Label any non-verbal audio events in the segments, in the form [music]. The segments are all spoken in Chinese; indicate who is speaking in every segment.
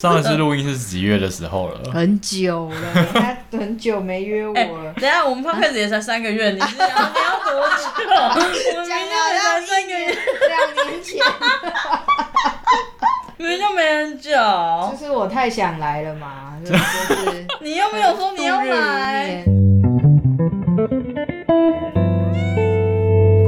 Speaker 1: 上一次录音是几月的时候 [laughs]
Speaker 2: [laughs]
Speaker 1: 了？
Speaker 2: 很久了，他很久没约我
Speaker 3: 哎、
Speaker 2: 了。
Speaker 3: 等一下我们 p o d c a s 也才三个月，你是要你要多久？我
Speaker 2: 讲
Speaker 3: 们明
Speaker 2: 的
Speaker 3: 明也
Speaker 2: 好
Speaker 3: 才
Speaker 2: 像
Speaker 3: 三
Speaker 2: 一
Speaker 3: 个
Speaker 2: 年
Speaker 3: 月，
Speaker 2: 两年前，
Speaker 3: 明明就没很久。
Speaker 2: 就是我太想来了嘛，
Speaker 3: [laughs]
Speaker 2: 就是
Speaker 3: 你又没有说你要
Speaker 2: 度日如
Speaker 3: 来，
Speaker 2: 年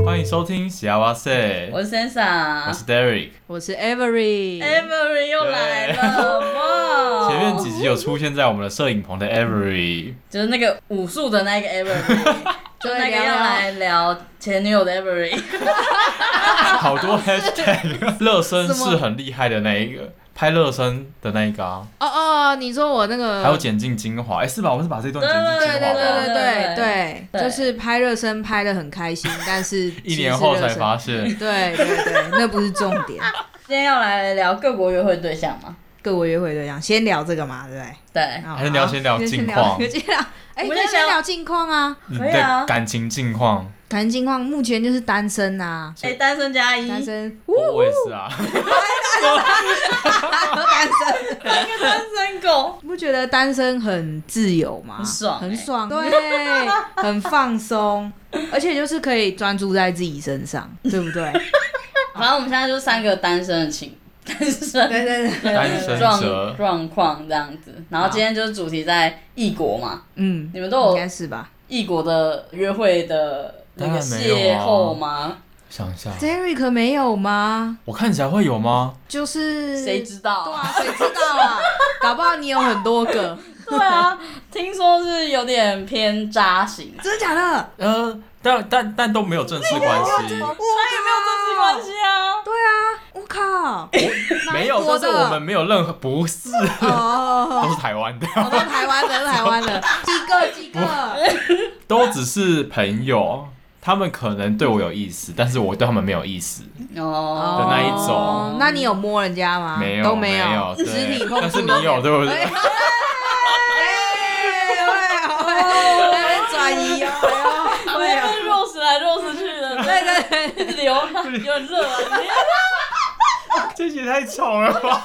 Speaker 1: 欢迎收听《喜亚哇塞》，
Speaker 3: 我是
Speaker 2: 啊
Speaker 1: 我
Speaker 3: Sensa
Speaker 1: 是。Derek。
Speaker 2: 我是 Avery，
Speaker 3: Avery 又来了，
Speaker 2: 哦
Speaker 3: 哇！
Speaker 1: 前面几集有出现在我们的摄影棚的
Speaker 2: [laughs]
Speaker 1: Avery，
Speaker 3: 就是那个武术的那个 Avery，就那个要来聊前女友的 Avery，
Speaker 1: 好多
Speaker 2: [laughs]
Speaker 1: hashtag，热身是很厉害的那一个，拍热身的那一个啊，
Speaker 2: 哦哦，你说我那个
Speaker 1: 还有剪进精华，哎，是吧？我们是把这段剪进
Speaker 2: 对
Speaker 1: 精
Speaker 2: 对
Speaker 1: 华啊吧，
Speaker 2: 对对
Speaker 3: 对
Speaker 2: 对对，
Speaker 3: 对
Speaker 2: 就是拍热身拍的很开心，但是
Speaker 1: [laughs] 一年后才发
Speaker 2: 现，
Speaker 1: 现，
Speaker 2: 对对对，那不是重
Speaker 3: [laughs]
Speaker 2: 点。
Speaker 3: 今天要来聊各国约会对象嘛？
Speaker 2: 各国约会对象，先聊这个嘛，对不对？
Speaker 3: 对，
Speaker 2: 哦
Speaker 1: 还是你要先聊近况
Speaker 2: 好先聊先聊，哎，
Speaker 3: 哎
Speaker 2: 可
Speaker 3: 我们
Speaker 2: 以
Speaker 3: 先
Speaker 2: 先
Speaker 3: 聊
Speaker 2: 聊近况啊，
Speaker 1: 你
Speaker 3: 可以啊
Speaker 1: 的感情近况，
Speaker 2: 感情近况目前就是单身啊，
Speaker 3: 哎，单身加一，
Speaker 2: 单身，
Speaker 1: 我我也是啊，
Speaker 2: [laughs] 单身， [laughs]
Speaker 3: 一个单身狗，
Speaker 2: 不觉得单身很自由吗？
Speaker 3: 很爽
Speaker 2: 很
Speaker 3: 欸
Speaker 2: 爽，对， [laughs] 很放松，而且就是可以专注在自己身 [laughs] 上，对不对？
Speaker 3: 反正我们现在就是三个单身的情，单身
Speaker 2: 对对对，
Speaker 1: 单身
Speaker 3: 状
Speaker 1: 者
Speaker 3: 状况这样子。然后今天就是主题在异国嘛，
Speaker 2: 嗯，
Speaker 3: 你们都
Speaker 2: 应
Speaker 3: 有
Speaker 2: 该是吧
Speaker 3: 异国的约会的那
Speaker 1: 当
Speaker 3: 个
Speaker 1: 然没有
Speaker 3: 邂
Speaker 1: 啊
Speaker 3: 逅吗？
Speaker 1: 想一下，
Speaker 2: ？Derek 没有吗？
Speaker 1: 我看起来会有吗？
Speaker 2: 就是
Speaker 3: 谁知道
Speaker 2: 对
Speaker 3: 啊？
Speaker 2: 啊，谁知道
Speaker 3: [laughs]
Speaker 2: 啊？搞不好你有很多个，
Speaker 3: 对啊，听说是有点偏渣型，
Speaker 2: 真的假的？
Speaker 1: 呃，但但但都没有正式关系，
Speaker 2: 啊
Speaker 3: 他也没有正式关系啊。
Speaker 2: 对啊，我靠，
Speaker 1: 没有，
Speaker 2: 多
Speaker 1: 但
Speaker 2: 的
Speaker 1: 是我们没有任何不是，都
Speaker 2: 哦，
Speaker 1: 是台湾的，
Speaker 2: 我都台湾的，都台湾的，几个几个，
Speaker 1: [laughs] 都只是朋友。他们可能对我有意思，但是我对他们没有意思，
Speaker 3: 哦
Speaker 1: 的那一种
Speaker 2: 那你有摸人家吗？
Speaker 1: 没有
Speaker 2: 啊都
Speaker 1: 没
Speaker 2: 有，
Speaker 1: 对
Speaker 2: 肢体碰
Speaker 1: 但是
Speaker 2: 触
Speaker 1: 你
Speaker 2: 都没
Speaker 1: 有对不
Speaker 2: 哎 [laughs]
Speaker 1: 对？
Speaker 2: 哎会会会转移哦，
Speaker 3: 我
Speaker 2: 会
Speaker 3: 也
Speaker 2: 哦，
Speaker 3: 是 rose 来 rose 去的，对对对，一直流浪，有点热啊。
Speaker 1: 这集太吵了吧？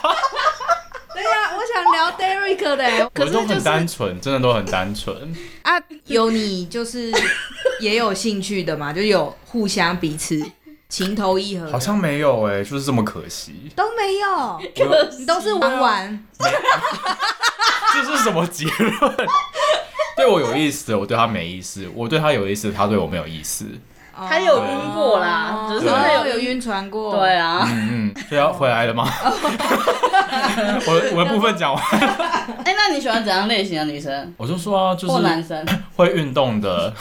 Speaker 2: 对呀，我想聊 Derek 的， [laughs] 可
Speaker 1: 我
Speaker 2: 是
Speaker 1: 都
Speaker 2: 就
Speaker 1: 很
Speaker 2: 是
Speaker 1: 单纯，真的都很单
Speaker 2: [laughs]
Speaker 1: 纯。
Speaker 2: 啊，有你就是也有兴趣的嘛，就有互相彼此情投意合的，
Speaker 1: 好像没有哎、就是这么可
Speaker 2: [laughs]
Speaker 1: 惜。
Speaker 2: 都没有，
Speaker 1: 我有
Speaker 2: 你都是玩玩，
Speaker 1: 这是什么结论？ [laughs] 对我有意思，我对他没意思；我对他有意思，他对我没有意
Speaker 2: [laughs]
Speaker 1: 思。
Speaker 3: 他有晕过啦
Speaker 2: 哦
Speaker 3: 只
Speaker 1: 是他
Speaker 3: 有
Speaker 2: 有晕船过，
Speaker 3: 对啊，
Speaker 1: 嗯嗯，所以要回来了吗？
Speaker 2: 哦
Speaker 1: [laughs] 我我的部分讲完，
Speaker 3: 哎，那你喜欢怎样类型的女生
Speaker 1: 我就说啊，就
Speaker 3: 或男
Speaker 1: 是
Speaker 3: 生？
Speaker 1: 会运动
Speaker 3: [laughs]
Speaker 1: 的，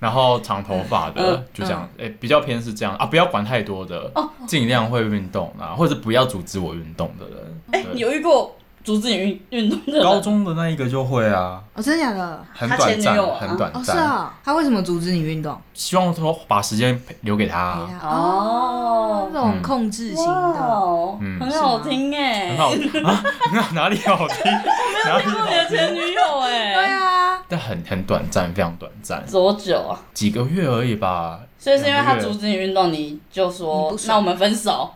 Speaker 1: 然后长头发的
Speaker 3: 嗯，哦
Speaker 1: 就这样。哎，比较偏是这样啊，不要管太多的，尽量会运动啊，或者不要阻止我运动的人。
Speaker 3: 哎，
Speaker 1: 对
Speaker 3: 你有遇过阻止你运运动的人？
Speaker 1: 高中的那一个就会啊，
Speaker 2: 哦，真的假的？
Speaker 1: 很
Speaker 3: 他
Speaker 1: 短
Speaker 3: 前女
Speaker 1: 暂
Speaker 3: 友，啊
Speaker 1: 很短
Speaker 2: 哦，是
Speaker 1: 暂。
Speaker 2: 啊，他为什么阻止你运动？
Speaker 1: 希望说把时间留给他
Speaker 2: 哎
Speaker 1: 啊，
Speaker 2: 呀
Speaker 3: 哦
Speaker 2: 那种控制型
Speaker 3: 哇
Speaker 2: 的，
Speaker 3: 哦，
Speaker 1: 嗯
Speaker 3: 很好听哎，
Speaker 1: 很好啊， [laughs] 那哪里好
Speaker 3: [laughs]
Speaker 1: 听？哪里
Speaker 3: 做
Speaker 1: 好
Speaker 3: 你的
Speaker 1: 听？
Speaker 3: 前女友哎，
Speaker 2: 对，啊，
Speaker 1: 但很很短暂，非常短暂，
Speaker 3: 多久啊？
Speaker 1: 几个月而已吧。
Speaker 3: 所以是因为他
Speaker 1: 两个月
Speaker 3: 阻止你运动，你就
Speaker 2: 你
Speaker 3: 说
Speaker 2: 不爽
Speaker 3: 那我们分手。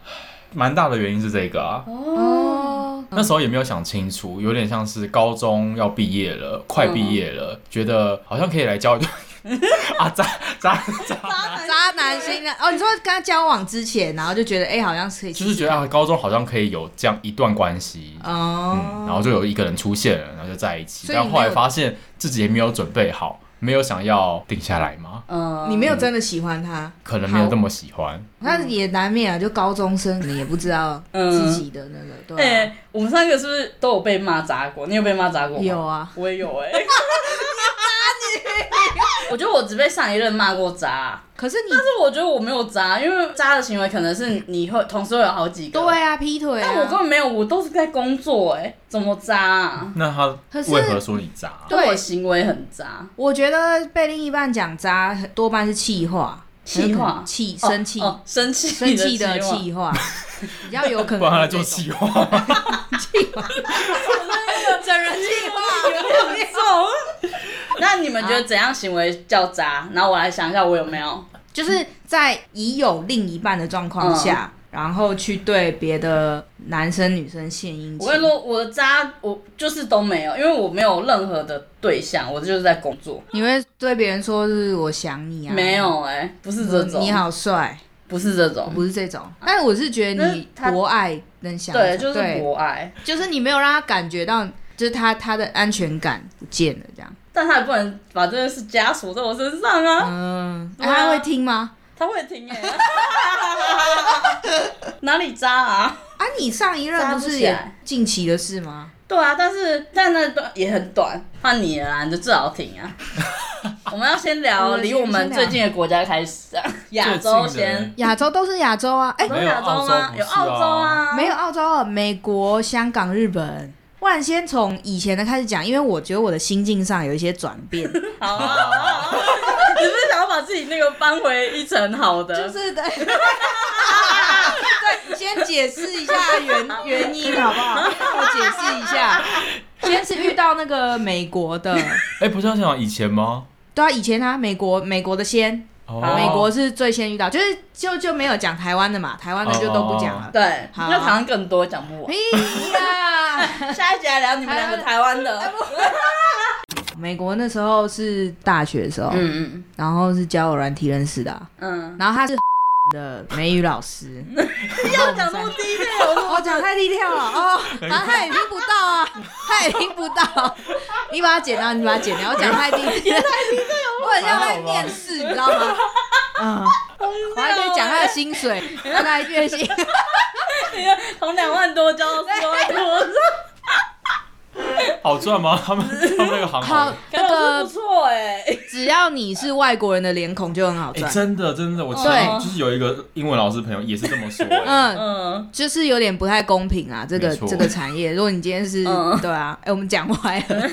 Speaker 1: 蛮大的原因是这个啊。
Speaker 3: 嗯
Speaker 2: 哦，
Speaker 1: 那时候也没有想清楚，有点像是高中要毕业了，快毕业了，
Speaker 2: 嗯
Speaker 1: 觉得好像可以来交一
Speaker 2: [laughs]
Speaker 1: 段 [laughs] 啊渣渣渣，
Speaker 2: 渣男型的哦，你说跟他交往之前，然后就觉得哎、好像是可以试
Speaker 1: 就
Speaker 2: 试
Speaker 1: 是觉得啊，高中好像可以有这样一段关系，
Speaker 2: 哦
Speaker 1: 嗯，、然后就有一个人出现了，然后就在一起，
Speaker 2: 所以你
Speaker 1: 但后
Speaker 2: 没
Speaker 1: 来
Speaker 2: 有
Speaker 1: 发现自己也没有准备好，没有想要定下来嘛，
Speaker 3: 嗯，
Speaker 2: 你没有真的喜欢他，
Speaker 1: 可能没有
Speaker 2: 好
Speaker 1: 那么喜欢。
Speaker 2: 那也难免啊，就高中生可能也不知道
Speaker 3: 嗯
Speaker 2: 自己的那个，
Speaker 3: 哎、
Speaker 2: 对、啊
Speaker 3: 我们三个是不是都有被骂渣过？你有被骂渣过吗？
Speaker 2: 有，啊，
Speaker 3: 我也有
Speaker 2: [laughs]
Speaker 3: 哎、你渣 [laughs] 女！我觉得我只被上一任骂过渣，啊
Speaker 2: 可是你
Speaker 3: 但是我觉得我没有渣，因为渣的行为可能是你会同时会有好几个。
Speaker 2: 对啊，劈腿、啊，
Speaker 3: 但我根本没有，我都是在工作哎、怎么渣、啊？
Speaker 1: 那他
Speaker 2: 可是
Speaker 1: 为何说你渣？
Speaker 2: 对
Speaker 3: 对我行为很渣，
Speaker 2: 我觉得被另一半讲渣，多半是气话，
Speaker 3: 气话
Speaker 2: 气
Speaker 3: 哦
Speaker 2: 生气、
Speaker 3: 哦 [laughs] 生气
Speaker 2: 生气
Speaker 3: 的
Speaker 2: 的
Speaker 3: 话，
Speaker 2: 气
Speaker 3: [laughs]
Speaker 2: 话，比较有可能。
Speaker 1: 不然他在做，企划，
Speaker 2: 整人气
Speaker 3: 有点重。那你们觉得怎样行为叫渣？然后我来想一下，我有没有？嗯
Speaker 2: 就是在已有另一半的状况下，然后去对别的男生女生献殷勤。
Speaker 3: 我跟你，说，我的渣我就是都没有，因为我没有任何的对象，我就是在工作。
Speaker 2: 你会对别人说是我想你啊？
Speaker 3: 没有哎、不是这种，
Speaker 2: 嗯你，好帅，
Speaker 3: 不是这种，
Speaker 2: 不是这种。但我是觉得
Speaker 3: 那
Speaker 2: 你
Speaker 3: 他
Speaker 2: 博爱能想
Speaker 3: 对，
Speaker 2: 着
Speaker 3: 就是博爱，
Speaker 2: 就是你没有让他感觉到，就是他他的安全感不见了这样。
Speaker 3: 但他也不能把这件事枷锁在我身上啊，
Speaker 2: 嗯，
Speaker 3: 对
Speaker 2: 那
Speaker 3: 啊
Speaker 2: 他会听吗？
Speaker 3: 他会听哎、 [laughs] 哪里渣啊？
Speaker 2: 啊，你上一任
Speaker 3: 扎
Speaker 2: 不
Speaker 3: 不
Speaker 2: 是
Speaker 3: 起
Speaker 2: 也
Speaker 3: 来
Speaker 2: 近期的事吗？
Speaker 3: 对啊，但是但那段也很短，换你了啦，你就至少停啊。我们要先聊
Speaker 2: 我先
Speaker 3: 离我们最近的国家开始啊，亚洲先。
Speaker 2: 亚洲都是亚洲啊，哎、
Speaker 3: 都
Speaker 1: 没有
Speaker 3: 亚洲
Speaker 1: 澳
Speaker 3: 吗？
Speaker 1: 洲不是
Speaker 3: 有
Speaker 1: 啊
Speaker 3: 澳洲啊，
Speaker 2: 没有澳洲啊、美国、香港、日本。不然先从以前的开始讲，因为我觉得我的心境上有一些转变，
Speaker 1: [laughs]
Speaker 3: 好啊，好啊好啊你不是想要把自己那个搬回一层好的？
Speaker 2: 是对， [laughs] 对，先解释一下原原因好不好？让我解释一下，先是遇到那个美国的，
Speaker 1: 哎、不是要讲以前吗？
Speaker 2: 对啊，以前啊，美国美国的先，
Speaker 1: 哦
Speaker 3: 好
Speaker 2: 美国是最先遇到，就是就就没有讲台湾的嘛，台湾的就都不讲
Speaker 1: 哦
Speaker 2: 了。
Speaker 3: 对，
Speaker 2: 好
Speaker 3: 那台湾更多讲不完。
Speaker 2: 哎呀，
Speaker 3: 下一集来聊你们两个台湾
Speaker 2: 哎
Speaker 3: 的。
Speaker 2: 美国那时候是大学的时候，
Speaker 3: 嗯
Speaker 2: 然后是交友软体认识的啊、
Speaker 3: 嗯
Speaker 2: 然后他是 [laughs] 的美语老师，
Speaker 3: 嗯，要讲那么低调，我
Speaker 2: 我讲太低调了哦，然后他也听不到啊，他也听不到，你把它剪啊掉，你把它剪掉，我讲太低调，我很像在面试，你知道吗？嗯，我还可以讲他的薪水，他的月薪，
Speaker 3: 从两万多交
Speaker 2: [laughs]
Speaker 3: 到四万多，
Speaker 1: 好赚吗？他们他们那个行
Speaker 2: 好
Speaker 1: 行，，
Speaker 2: 那
Speaker 3: 感觉不
Speaker 2: 个
Speaker 3: 错哎。
Speaker 2: 只要你是外国人的脸孔就很好
Speaker 1: 哎、
Speaker 2: 赚，
Speaker 1: 真的真的，我之前就是有一个英文老师朋友也是这么说、哎
Speaker 2: 嗯。
Speaker 3: 嗯嗯。
Speaker 2: 就是有点不太公平啊，这个
Speaker 1: 没错
Speaker 2: 这个产业，如果你今天是、
Speaker 3: 嗯
Speaker 2: 对啊，哎、我们讲歪了，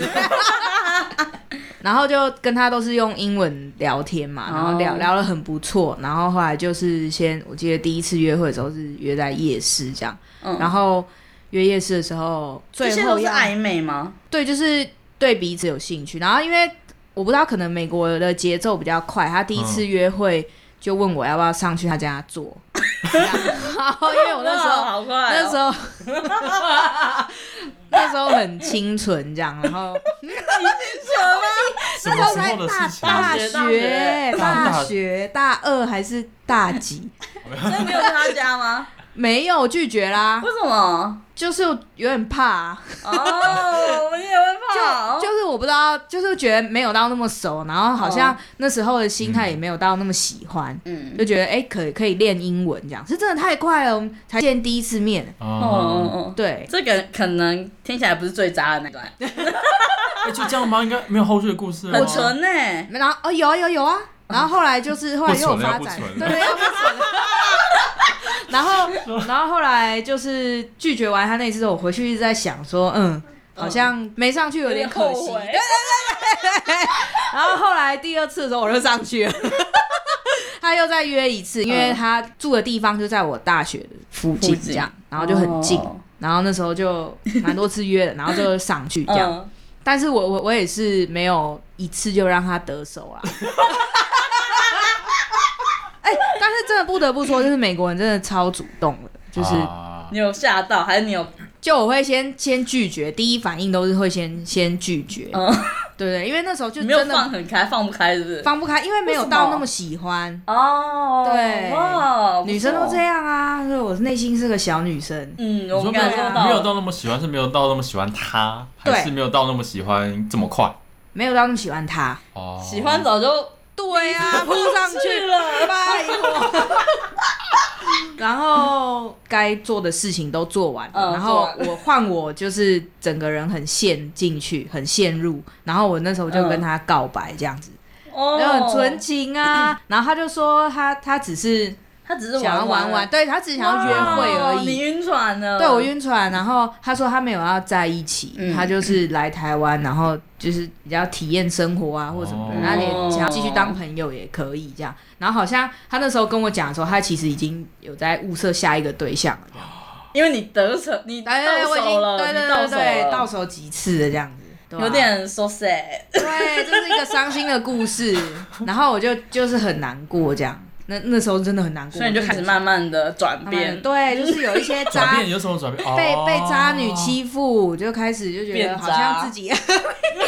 Speaker 2: [laughs] 然后就跟他都是用英文聊天嘛，然后聊、
Speaker 3: 哦
Speaker 2: 聊了很不错，然后后来就是先，我记得第一次约会的时候是约在夜市这样，
Speaker 3: 嗯
Speaker 2: 然后约夜市的时候，
Speaker 3: 这
Speaker 2: 最
Speaker 3: 些
Speaker 2: 后
Speaker 3: 都是
Speaker 2: 要
Speaker 3: 暧昧吗？
Speaker 2: 对，就是对彼此有兴趣，然后因为我不知道，可能美国的节奏比较快，他第一
Speaker 1: 嗯
Speaker 2: 次约会就问我要不要上去他家坐，
Speaker 3: [laughs]
Speaker 2: 这样然后因为我那时候
Speaker 3: 哇。好快哦、
Speaker 2: 那时候， [laughs] 那时候很清纯这样，然后
Speaker 1: 什
Speaker 2: 那时
Speaker 1: 么
Speaker 2: 候
Speaker 1: 时
Speaker 2: 才
Speaker 1: 候的
Speaker 2: 大
Speaker 1: 事情？啊
Speaker 2: 大
Speaker 3: 大学
Speaker 2: 学
Speaker 1: 大
Speaker 2: 大学大二还是大几？
Speaker 3: 所以你有去他
Speaker 2: [laughs]
Speaker 3: 家吗？
Speaker 2: 没有拒绝啦
Speaker 3: 为，什么？
Speaker 2: 啊就是有点怕、啊，
Speaker 3: 哦，我也会怕。
Speaker 2: 就是我不知道，就是觉得没有到那么熟，然后好像
Speaker 3: 哦
Speaker 2: 那时候的心态也没有到那么喜欢，
Speaker 3: 嗯，
Speaker 2: 就觉得哎、可以可以练英文这样，是真的太快了，我们才见第一次面，
Speaker 3: 哦
Speaker 1: 哦，
Speaker 3: 哦哦，
Speaker 2: 对，
Speaker 3: 这个可能听起来不是最渣的那段，
Speaker 1: 哎、就这样吗？应该没有后续的故
Speaker 2: 啊
Speaker 1: 事了吗
Speaker 3: 很纯呢、
Speaker 2: 然后哦有啊有有啊，然后后来就是后来又有发展，
Speaker 1: 不存了
Speaker 2: 对，要不存了。然后然后后来就是拒绝完他那一次之后，我回去一直在想说，嗯，好像没上去有点可惜
Speaker 3: 后。悔。
Speaker 2: 然后后来第二次的时候我就上去了。他又再约一次，因为他住的地方就在我大学的附近，
Speaker 3: 附
Speaker 2: 这
Speaker 3: 近
Speaker 2: 样，然后就很近，
Speaker 3: 哦
Speaker 2: 然后那时候就蛮多次约的，然后就上去这样，
Speaker 3: 嗯，
Speaker 2: 但是我我我也是没有一次就让他得手啦。 [laughs] 哎、但是真的不得不说，就是美国人真的超主动的，就是、
Speaker 1: 啊
Speaker 3: 你有吓到，还是你有？
Speaker 2: 就我会先先拒绝，第一反应都是会先先拒绝，
Speaker 3: 嗯，
Speaker 2: 对对，因为那时候就
Speaker 3: 你没有
Speaker 2: 真
Speaker 3: 放
Speaker 2: 的
Speaker 3: 很开，放不开是不是？
Speaker 2: 放不开，因为没有
Speaker 3: 为什么
Speaker 2: 到那么喜欢，
Speaker 3: 哦，
Speaker 2: 对
Speaker 3: 哇，
Speaker 2: 女生都这
Speaker 3: 样。
Speaker 2: 样啊，所以我内心是个小女生。
Speaker 3: 嗯，
Speaker 1: 你
Speaker 3: 我
Speaker 1: 说
Speaker 3: 们
Speaker 1: 没有
Speaker 3: 感
Speaker 2: 对
Speaker 3: 受
Speaker 2: 啊
Speaker 1: 没有
Speaker 3: 到。
Speaker 1: 到那么喜欢，是没有到那么喜欢他，
Speaker 2: 对
Speaker 1: 还是没有到那么喜欢这么快？
Speaker 2: 没有到那么喜欢他，
Speaker 1: 哦，
Speaker 3: 喜欢早就
Speaker 2: 对啊，扑上去
Speaker 3: 去了
Speaker 2: 拜
Speaker 3: [laughs]
Speaker 2: 托。然后该做的事情都做完了，
Speaker 3: 嗯
Speaker 2: 然
Speaker 3: 做
Speaker 2: 后
Speaker 3: 完
Speaker 2: 我换我就是整个人很陷进去，很陷入。然后我那时候就跟他告白这样子，
Speaker 3: 哦，
Speaker 2: 然后很纯情啊。然后他就说他他只是
Speaker 3: 他只哦是
Speaker 2: 想要玩玩，
Speaker 3: 玩，
Speaker 2: 对他只是想要约会而
Speaker 3: 哇你
Speaker 2: 已。
Speaker 3: 晕船了，
Speaker 2: 对我晕船，然后他说他没有要在一起，
Speaker 3: 嗯
Speaker 2: 他就是来台湾，然后就是比较体验生活啊或者什么的
Speaker 1: 哦，
Speaker 2: 他也想要继续当朋友也可以这样。然后好像他那时候跟我讲的时候，他其实已经有在物色下一个对象了，
Speaker 3: 因为你得逞，你哦到
Speaker 2: 对对对，哎我已经
Speaker 3: 手了，
Speaker 2: 对对
Speaker 3: 你到
Speaker 2: 对
Speaker 3: 手
Speaker 2: 对
Speaker 3: 了
Speaker 2: 到手几次了这样子。对啊
Speaker 3: 有点 so sad。
Speaker 2: [laughs] 对，这是一个伤心的故事，然后我就就是很难过这样，那那时候真的很难过，
Speaker 3: 所以你就开始慢慢的转
Speaker 2: 慢慢地
Speaker 3: 变，
Speaker 2: 对，就是有一
Speaker 3: [laughs]
Speaker 2: 些
Speaker 1: 转
Speaker 2: 渣
Speaker 1: 变有什么转变？
Speaker 2: 被
Speaker 1: 哦
Speaker 2: 被渣女欺负，就开始就觉得
Speaker 3: 变
Speaker 2: 好像
Speaker 3: 渣
Speaker 2: 自己 [laughs]